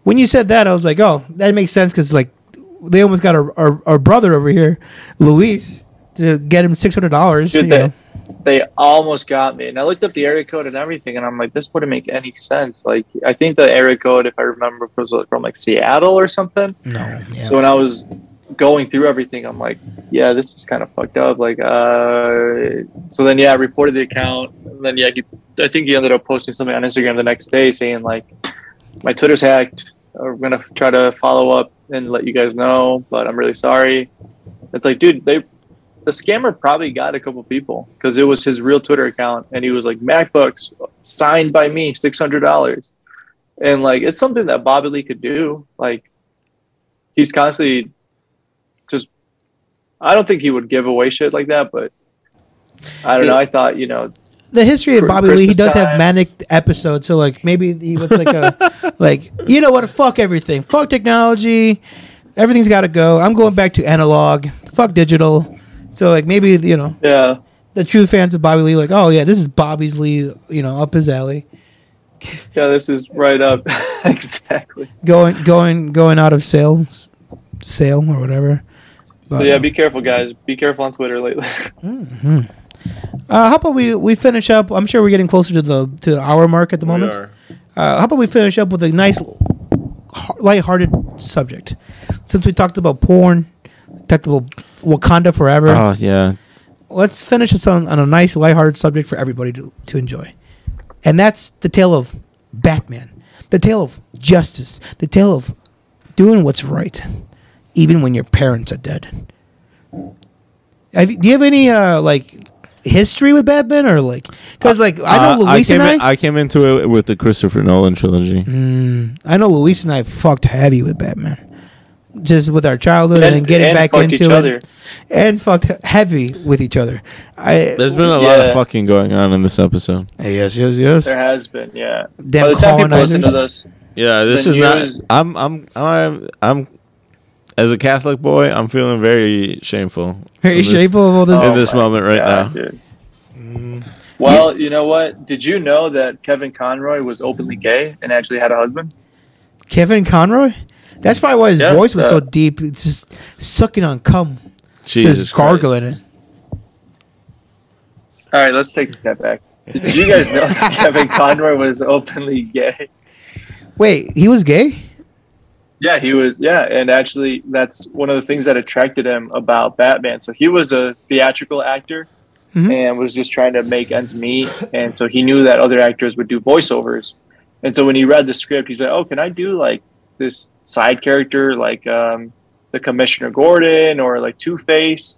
S3: when you said that, I was like, oh, that makes sense because like they almost got our, our, our brother over here, Luis, to get him six hundred dollars.
S2: Dude, they, they almost got me. And I looked up the area code and everything, and I'm like, this wouldn't make any sense. Like, I think the area code, if I remember, was like, from like Seattle or something.
S3: No, yeah.
S2: So when I was going through everything, I'm like, yeah, this is kind of fucked up. Like, uh, so then yeah, I reported the account. And then yeah, he, I think he ended up posting something on Instagram the next day saying like, my Twitter's hacked. I'm gonna try to follow up and let you guys know, but I'm really sorry. It's like, dude, they. The scammer probably got a couple people because it was his real Twitter account, and he was like MacBooks signed by me, six hundred dollars, and like it's something that Bobby Lee could do. Like he's constantly just I don't think he would give away shit like that, but I don't know. I thought, you know,
S3: the history of
S2: Cr-
S3: Bobby Lee, he
S2: Christmas
S3: does have
S2: time.
S3: manic episodes. So like maybe he was like a like you know what? Fuck everything. Fuck technology. Everything's got to go. I'm going back to analog. Fuck digital. So like maybe you know
S2: yeah.
S3: the true fans of Bobby Lee, like oh yeah, this is Bobby's Lee. You know up his alley.
S2: Yeah, this is right up. exactly.
S3: Going, going, going out of sales, sale or whatever. But,
S2: So yeah, be careful, guys. Be careful on Twitter lately.
S3: uh, how about we we finish up? I'm sure we're getting closer to the to the hour mark at the moment. Uh, how about we finish up with a nice, h- lighthearted subject? Since we talked about porn, talked about Wakanda Forever.
S6: Uh,
S1: Oh yeah,
S3: let's finish this on, on a nice lighthearted subject for everybody to, to enjoy. And that's the tale of Batman, the tale of justice, the tale of doing what's right, even when your parents are dead. Have, you- do you have any uh, like history with Batman or like because like I know
S1: Uh,
S3: Luis
S1: came
S3: and I
S1: in- I came into it with the Christopher Nolan trilogy.
S3: I know Luis and I fucked heavy with Batman. Just with our childhood and, then getting back
S2: fuck
S3: into
S2: each
S3: it,
S2: other.
S3: and fucked heavy with each other. I
S1: There's been a lot
S2: Yeah.
S1: of fucking going on in this episode.
S3: yes, yes, yes.
S2: There has been, yeah.
S3: Damn
S2: By the time people listen to
S3: colonizers.
S2: this,
S1: Yeah, this
S2: The
S1: is
S2: news-
S1: not. I'm. I'm. I'm. I'm. As a Catholic boy, I'm feeling very shameful.
S3: Very
S1: in this-
S3: shameful of all this.
S1: in this moment right
S2: God,
S1: now.
S2: dude.
S3: Mm.
S2: Well, you know what? Did you know that Kevin Conroy was openly gay and actually had a husband?
S3: Kevin Conroy. That's probably why his
S2: Yeah,
S3: voice was so
S2: uh,
S3: deep. It's just sucking on cum,
S1: Jesus
S3: just gargling
S1: Christ.
S3: it.
S2: All right, let's take that back. Did you guys know that Kevin Conroy was openly gay?
S3: Wait, he was gay.
S2: Yeah, he was. Yeah, and actually, that's one of the things that attracted him about Batman. So he was a theatrical actor and was just trying to make ends meet. And so he knew that other actors would do voiceovers. And so when he read the script, he's like, "Oh, can I do like this side character, like um, the Commissioner Gordon or like Two Face?"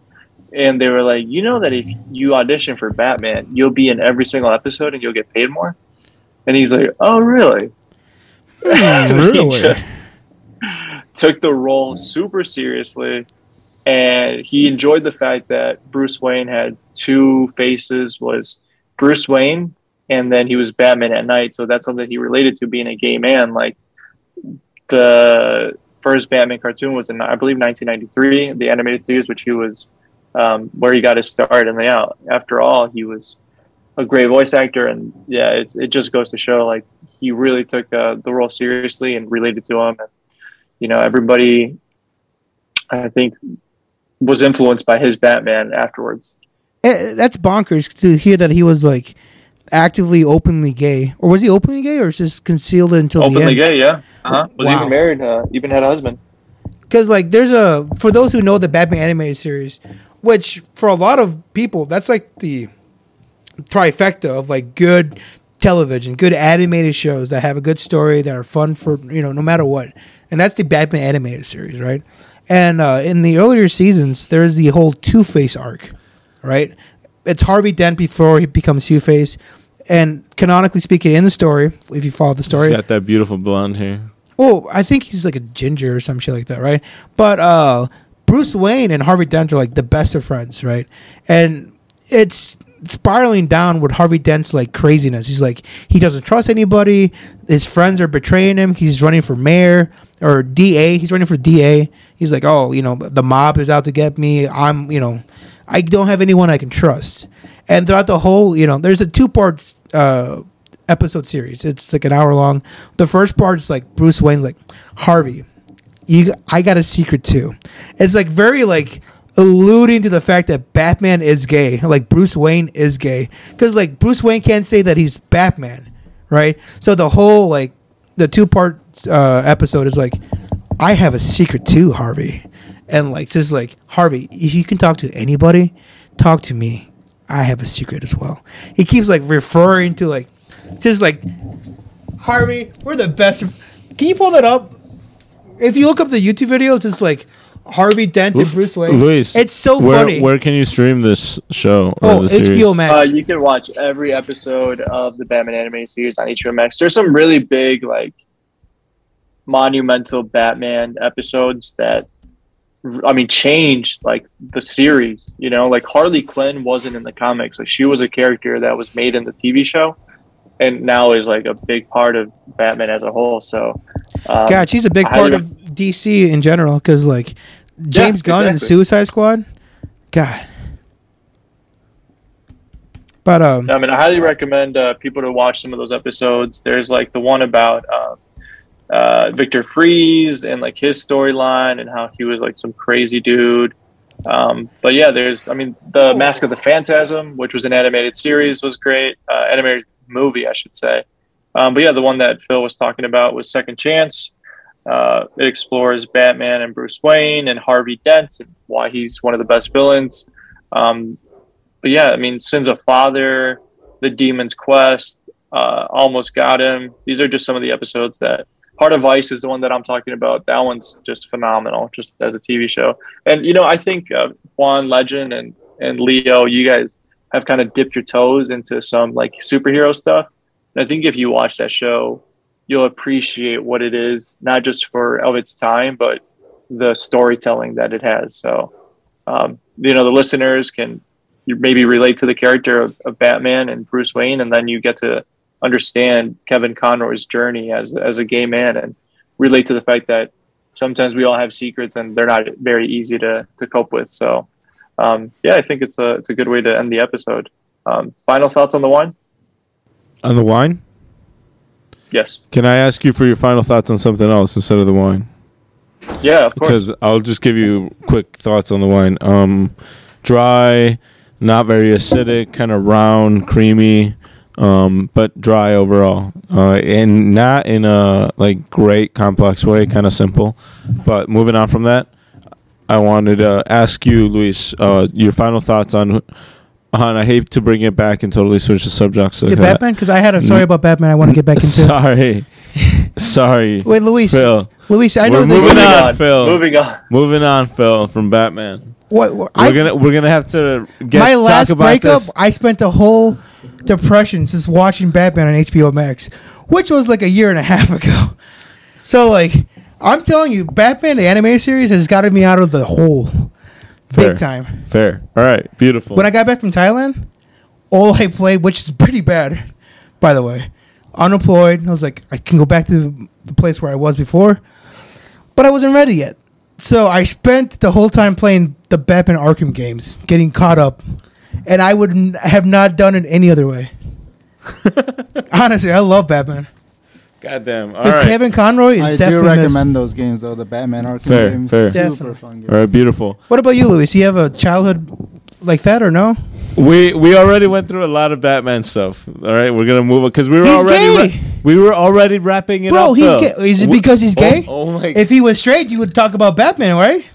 S2: And they were like, "You know that if you audition for Batman, you'll be in every single episode and you'll get paid more." And he's like, "Oh, really?"
S3: really?
S2: he just took the role super seriously and he enjoyed the fact that Bruce Wayne had two faces was Bruce Wayne and then he was Batman at night so that's something he related to being a gay man like the first Batman cartoon was in I believe 1993 the animated series which he was um, where he got his start and then yeah, after all he was a great voice actor and yeah it, it just goes to show like he really took uh, the role seriously and related to him. And, you know, everybody, I think, was influenced by his Batman afterwards.
S3: Eh, That's bonkers to hear that he was like actively openly gay, or was he openly gay, or is just concealed until the
S2: Openly
S3: end?
S2: gay, yeah. Uh-huh. Was
S3: Oh, Wow.
S2: even married, uh, even had a husband.
S3: Because like, there's a for those who know the Batman animated series, which for a lot of people, that's like the trifecta of like good television, good animated shows that have a good story that are fun for you know no matter what, and that's the Batman animated series, right? And uh, in the earlier seasons, there is the whole Two Face arc, right? It's Harvey Dent before he becomes Two Face, and canonically speaking, in the story, if you follow the story,
S1: He's got that beautiful blonde hair.
S3: well, I think he's like a ginger or some shit like that, right? But uh, Bruce Wayne and Harvey Dent are like the best of friends, right? And it's spiraling down with Harvey Dent's like craziness. He's like he doesn't trust anybody. His friends are betraying him. He's running for mayor or DA. He's running for DA. He's like, oh, you know, the mob is out to get me. I'm, you know, I don't have anyone I can trust. And throughout the whole, you know, there's a two parts. Uh, episode series. It's like an hour long. The first part is like Bruce Wayne's like Harvey, you I got a secret too. It's like very like alluding to the fact that Batman is gay, like Bruce Wayne is gay, because like Bruce Wayne can't say that he's Batman, right? So the whole like the two part uh, episode is like I have a secret too, Harvey, and like just like Harvey, if you can talk to anybody, talk to me. I have a secret as well. He keeps like referring to like just like Harvey, we're the best. Can you pull that up? If you look up the YouTube videos, it's like Harvey Dent and Bruce Wayne.
S1: Luis,
S3: it's so
S1: where,
S3: funny.
S1: Where can you stream this show? Or
S3: oh,
S1: the series?
S3: HBO
S2: Uh,
S3: Max.
S2: you can watch every episode of the Batman animated series on HBO Max. There's some really big, like, monumental Batman episodes that, I mean, changed like the series. You know, like Harley Quinn wasn't in the comics. Like she was a character that was made in the TV show, and now is like a big part of Batman as a whole. So, um,
S3: God, she's a big
S2: I
S3: part
S2: highly
S3: of DC in general because like James Gunn and the
S2: exactly.
S3: Suicide Squad. God, But um,
S2: I mean, I highly recommend uh, people to watch some of those episodes. There's like the one about um, uh, Victor Freeze and like his storyline and how he was like some crazy dude. Um, but yeah, there's, I mean, The Mask of the Phantasm, which was an animated series, was great. Uh, animated movie, I should say. Um, but yeah, the one that Phil was talking about was Second Chance. Uh, it explores Batman and Bruce Wayne and Harvey Dent and why he's one of the best villains. Um, but yeah, I mean, Sins of Father, The Demon's Quest, uh, Almost Got Him. These are just some of the episodes that Heart of Ice is the one that I'm talking about. That one's just phenomenal, just as a TV show. And you know, I think uh, Juan Legend and and Leo, you guys have kind of dipped your toes into some like superhero stuff. And I think if you watch that show, you'll appreciate what it is, not just for of its time, but the storytelling that it has. So, um, you know, the listeners can you maybe relate to the character of, of Batman and Bruce Wayne, and then you get to understand Kevin Conroy's journey as as a gay man and relate to the fact that sometimes we all have secrets and they're not very easy to to cope with. So, um, yeah, I think it's a it's a good way to end the episode. Um, final thoughts on the wine?
S1: On the wine?
S2: Yes.
S1: Can I ask you for your final thoughts on something else instead of the wine?
S2: Yeah, of course.
S1: Because I'll just give you quick thoughts on the wine. Um, dry, not very acidic, kind of round, creamy, um, but dry overall, uh, and not in a like great complex way. Kind of simple. But moving on from that, I wanted to ask you, Luis, uh, your final thoughts on. On I hate to bring it back and totally switch the subject. So
S3: did
S1: kinda-
S3: Batman? Because I had a sorry about Batman. I want to get back into.
S1: Mm. Sorry, sorry.
S3: Wait, Luis.
S1: Phil.
S3: Luis, I know
S1: We're
S3: that.
S1: moving
S3: you-
S1: on. Phil.
S2: Moving on.
S1: Moving on, Phil, from Batman.
S3: What, what,
S1: We're
S3: I,
S1: gonna we're gonna have to get
S3: my last
S1: talk about
S3: breakup,
S1: this.
S3: I spent the whole depression just watching Batman on HBO Max, which was like a year and a half ago. So like, I'm telling you, Batman the animated series has gotten me out of the hole,
S1: Fair.
S3: big time.
S1: Fair. All right. Beautiful.
S3: When I got back from Thailand, all I played, which is pretty bad, by the way, unemployed. I was like, I can go back to the place where I was before, but I wasn't ready yet. So I spent the whole time playing the Batman Arkham games, getting caught up, and I would n- have not done it any other way. Honestly, I love Batman.
S1: Goddamn. All
S3: But
S1: right.
S3: Kevin Conroy is
S4: I do
S3: definitely. missed.
S4: recommend those games though. The Batman Arkham
S1: Fair,
S4: games,
S1: fair.
S4: super
S3: Definitely.
S4: fun game.
S1: All right. Beautiful.
S3: What about you, Luis? You have a childhood like that or no?
S1: We we already went through a lot of Batman stuff. All right. We're gonna move on because we were
S3: He's
S1: already
S3: gay.
S1: ra- we were already wrapping it up.
S3: Bro, he's
S1: Phil.
S3: gay. Is it
S1: W-
S3: because he's
S1: Oh-
S3: gay?
S1: Oh, my.
S3: If he was straight, you would talk about Batman, right?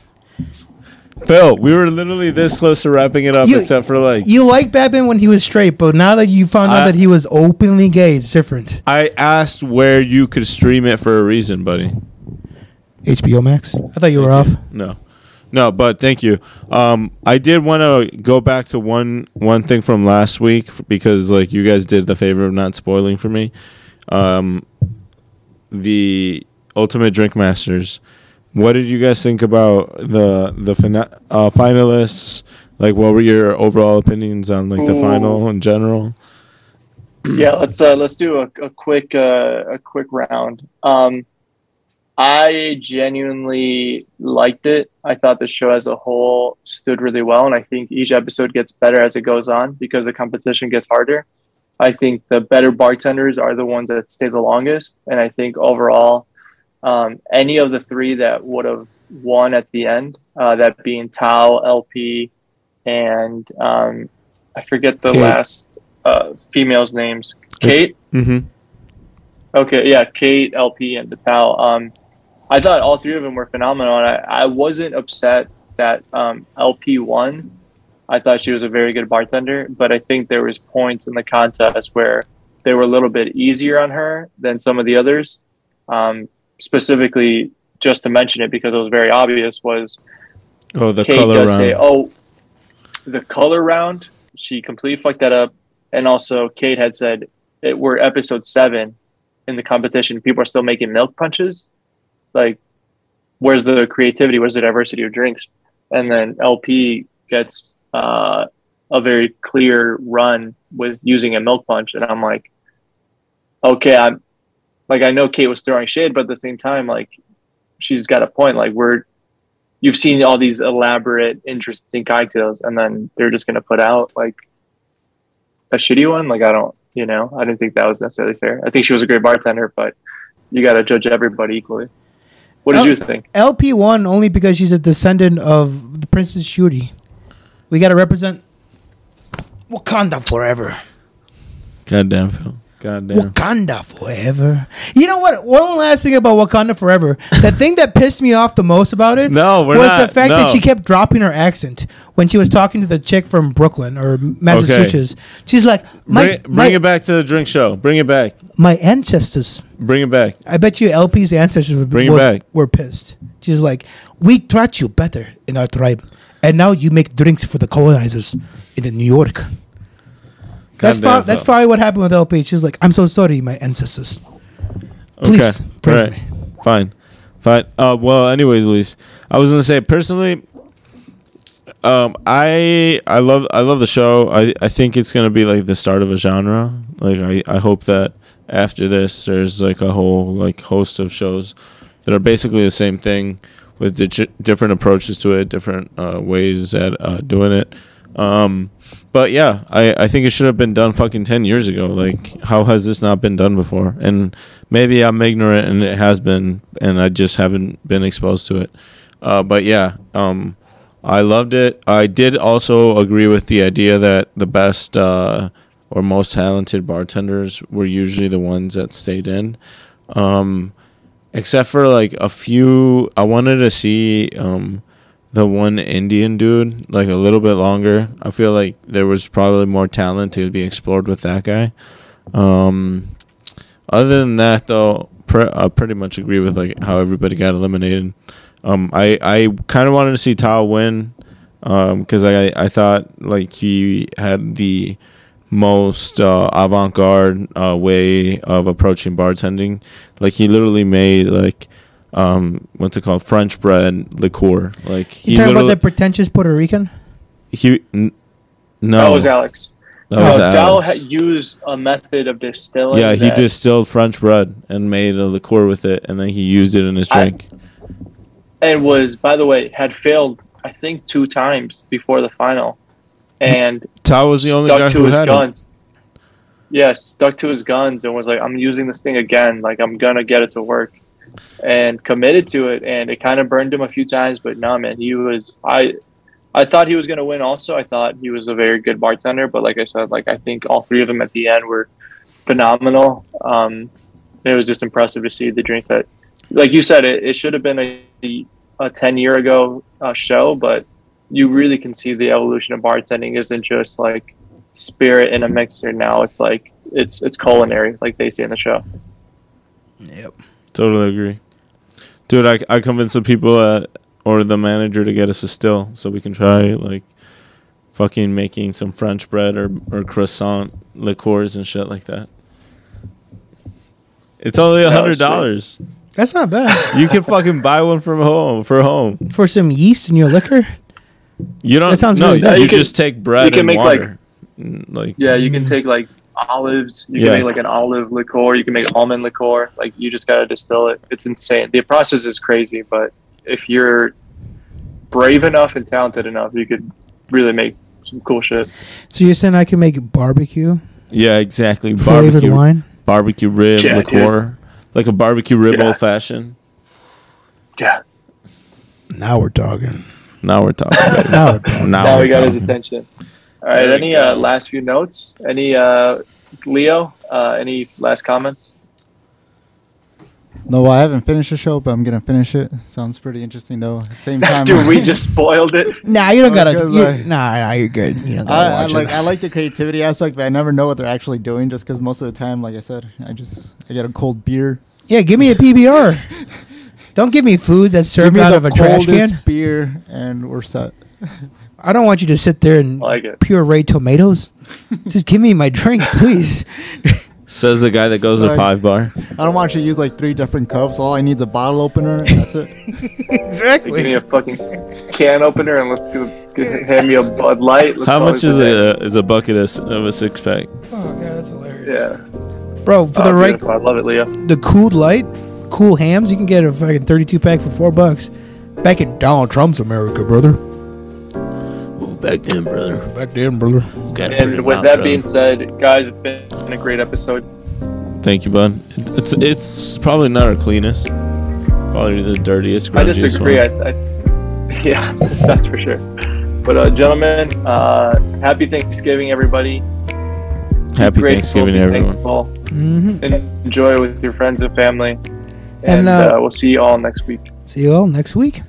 S1: Phil, we were literally this close to wrapping it up,
S3: You-
S1: except for like
S3: You liked Batman when he was straight, but now that you found out
S1: I-
S3: that he was openly gay, it's different.
S1: I asked where you could stream it for a reason, buddy.
S3: HBO Max. I thought you were off.
S1: No, no, but thank you. Um, I did want to go back to one one thing from last week f- because like you guys did the favor of not spoiling for me. Um, the Ultimate Drink Masters. What did you guys think about the the fina- uh, finalists? Like, what were your overall opinions on like the
S2: Ooh.
S1: final in general?
S2: yeah let's uh let's do a, a quick uh a quick round um i genuinely liked it i thought the show as a whole stood really well and i think each episode gets better as it goes on because the competition gets harder i think the better bartenders are the ones that stay the longest and i think overall um any of the three that would have won at the end uh that being tao lp and um i forget the
S1: Kate.
S2: last uh females names
S1: It's-
S2: kate
S1: Mm-hmm.
S2: Okay, yeah, Kate, LP, and Vital. Um, I thought all three of them were phenomenal, and I, I wasn't upset that um, LP won. I thought she was a very good bartender, but I think there was points in the contest where they were a little bit easier on her than some of the others. Um, specifically, just to mention it because it was very obvious, was
S1: Oh, the
S2: Kate
S1: color
S2: does
S1: round.
S2: say, "Oh, the color round." She completely fucked that up. And also, Kate had said it were episode seven in the competition. People are still making milk punches. Like, where's the creativity? Where's the diversity of drinks? And then LP gets uh, a very clear run with using a milk punch, and I'm like, okay, I'm like, I know Kate was throwing shade, but at the same time, like, she's got a point. Like, we're you've seen all these elaborate, interesting cocktails, and then they're just gonna put out like a shitty one. Like I don't, you know, I didn't think that was necessarily fair. I think she was a great bartender, but you got to judge everybody equally. What did
S3: Oh.
S2: you think?
S3: LP one only because she's a descendant of the Princess Shuri. We gotta represent Wakanda forever.
S1: Goddamn, Phil. Goddamn.
S3: Wakanda forever. You know what? One last thing about Wakanda forever. The thing that pissed me off the most about it
S1: No, we're
S3: was
S1: not.
S3: the fact that
S1: No.
S3: she kept dropping her accent when she was talking to the chick from Brooklyn or Massachusetts. She's like, my,
S1: Bring, bring
S3: my,
S1: it back to the drink show. Bring it back.
S3: my ancestors.
S1: Bring it back.
S3: I bet you LP's ancestors were,
S1: Bring it
S3: was-
S1: back.
S3: were pissed. She's like, we taught you better in our tribe, and now you make drinks for the colonizers in the New York. That's,
S1: Goddamn,
S3: prob- that's
S1: Phil.
S3: probably what happened with LP. She's like, I'm so sorry, my ancestors. Please, praise
S1: Alright.
S3: me.
S1: Fine. Fine. Uh, well, anyways, Luis, I was gonna say personally, um, I I love I love the show. I, I think it's gonna be like the start of a genre. Like I, I hope that after this, there's like a whole like host of shows that are basically the same thing with di- different approaches to it, different uh, ways at uh, doing it. Um, but yeah, I, I think it should have been done fucking 10 years ago. Like, how has this not been done before? And maybe I'm ignorant and it has been, and I just haven't been exposed to it. Uh, but yeah, um, I loved it. I did also agree with the idea that the best uh, or most talented bartenders were usually the ones that stayed in. Um, except for like a few, I wanted to see. Um, the one Indian dude like a little bit longer. I feel like there was probably more talent to be explored with that guy. Um, other than that, though, pre- I pretty much agree with like how everybody got eliminated. Um, I I kind of wanted to see Tao win because I I thought like he had the most uh, avant-garde uh, way of approaching bartending. Like he literally made like um what's it called French bread liqueur. Like he
S3: You talking about
S1: literally-
S3: that pretentious Puerto Rican?
S1: he n- no
S2: That was Alex.
S1: that was
S2: uh, Dow
S1: Alex.
S2: ha- used a method of distilling.
S1: yeah, he
S2: that-
S1: distilled French bread and made a liqueur with it, and then he used it in his
S2: I-
S1: drink.
S2: and was by the way had failed I think two times before the final, and
S1: Tao was the only
S2: stuck
S1: guy
S2: to
S1: who
S2: his
S1: had it.
S2: guns. Yeah, stuck to his guns and was like, I'm using this thing again. Like, I'm going to get it to work. And committed to it. And it kind of burned him a few times. But no, man, he was. I I thought he was going to win also. I thought he was a very good bartender. But like I said, like, I think all three of them at the end were phenomenal. Um, it was just impressive to see the drinks that, like you said, it, it should have been a, a 10 year ago uh, show. But you really can see the evolution of bartending isn't just like, spirit in a mixer now it's like it's it's culinary like they say in the show
S1: Totally agree, dude. I, I convinced the people at, or the manager to get us a still so we can try like fucking making some French bread or or croissant liqueurs and shit like that. It's only a
S2: it's
S1: hundred dollars.
S3: That's not bad
S1: You can fucking buy one from home for home.
S3: for some yeast in your liquor.
S1: You don't.
S3: That sounds
S1: no,
S3: really good.
S1: You,
S2: You can-
S1: just take bread
S2: you can
S1: and
S2: make, like-
S1: water. Mm, Like,
S2: yeah you can take like olives you
S1: Yeah.
S2: can make like an olive liqueur you can make almond liqueur like you just gotta distill it it's insane the process is crazy but if you're brave enough and talented enough you could really make some cool shit
S3: So you're saying I can make barbecue
S1: yeah, exactly.
S3: flavored
S1: Barbecue,
S3: wine?
S1: barbecue rib
S2: Yeah,
S1: liqueur, like a barbecue rib
S2: Yeah.
S1: old fashioned.
S2: yeah
S3: Now we're talking.
S1: Now we're talking. About
S3: Now we're talking.
S1: it. now,
S2: now
S1: we're
S2: we got his
S1: talking.
S2: attention all right
S1: There we
S2: any
S1: go.
S2: uh, last few notes any uh leo uh any last comments
S4: No, well, I haven't finished the show, but I'm gonna finish it. Sounds pretty interesting though. At the same time,
S2: dude we just spoiled it
S3: Nah, you don't
S4: Oh,
S3: gotta.
S4: good
S3: You,
S4: luck.
S3: nah, nah, you're good. You don't gotta
S4: I, I
S3: watch
S4: like
S3: it.
S4: I like the creativity aspect, but I never know what they're actually doing. Just because most of the time, like I said, I just I get a cold beer.
S3: yeah, give me a PBR. don't give me food that's
S4: Give
S3: served
S4: me
S3: out
S4: the
S3: of a trash
S4: coldest
S3: can.
S4: beer, and we're set.
S3: I don't want you to sit there and
S2: I like it.
S3: puree tomatoes. Just give me my drink, please.
S1: Says the guy that goes to
S4: Like-
S1: five bar.
S4: I don't want you to use like three different cups. All I need is a bottle opener. and That's it.
S3: exactly.
S2: Give me a fucking can opener and let's, go- let's get, hand me a Bud Light. Let's
S1: How
S2: call
S1: much
S2: it
S1: is
S2: day.
S1: a is a bucket of, s- of a six pack?
S3: Oh god, that's hilarious.
S2: Yeah,
S3: Bro, for
S2: Oh,
S3: the right,
S2: beautiful. I love it, Leo.
S3: the cool light, cool hams, you can get a fucking 32 pack for four bucks. Back in Donald Trump's America, brother.
S7: Well, Back then, brother.
S3: Back then, brother.
S7: We gotta put
S2: And
S7: it
S2: with
S7: out,
S2: that
S7: brother.
S2: being said, guys, it's been a great episode.
S1: Thank you, bud. It- It's it's probably not our cleanest. Probably the dirtiest.
S2: I
S1: grungiest
S2: disagree. I,
S1: one.
S2: I, yeah, that's for sure. But uh, gentlemen, uh, happy Thanksgiving, everybody.
S1: Happy
S2: Grateful,
S1: Thanksgiving,
S2: be
S1: everyone.
S2: thankful,
S4: Mm-hmm.
S3: hmm
S2: and enjoy with your friends and family. And,
S3: And, uh,
S2: uh, we'll see you all next week.
S3: See you all next week.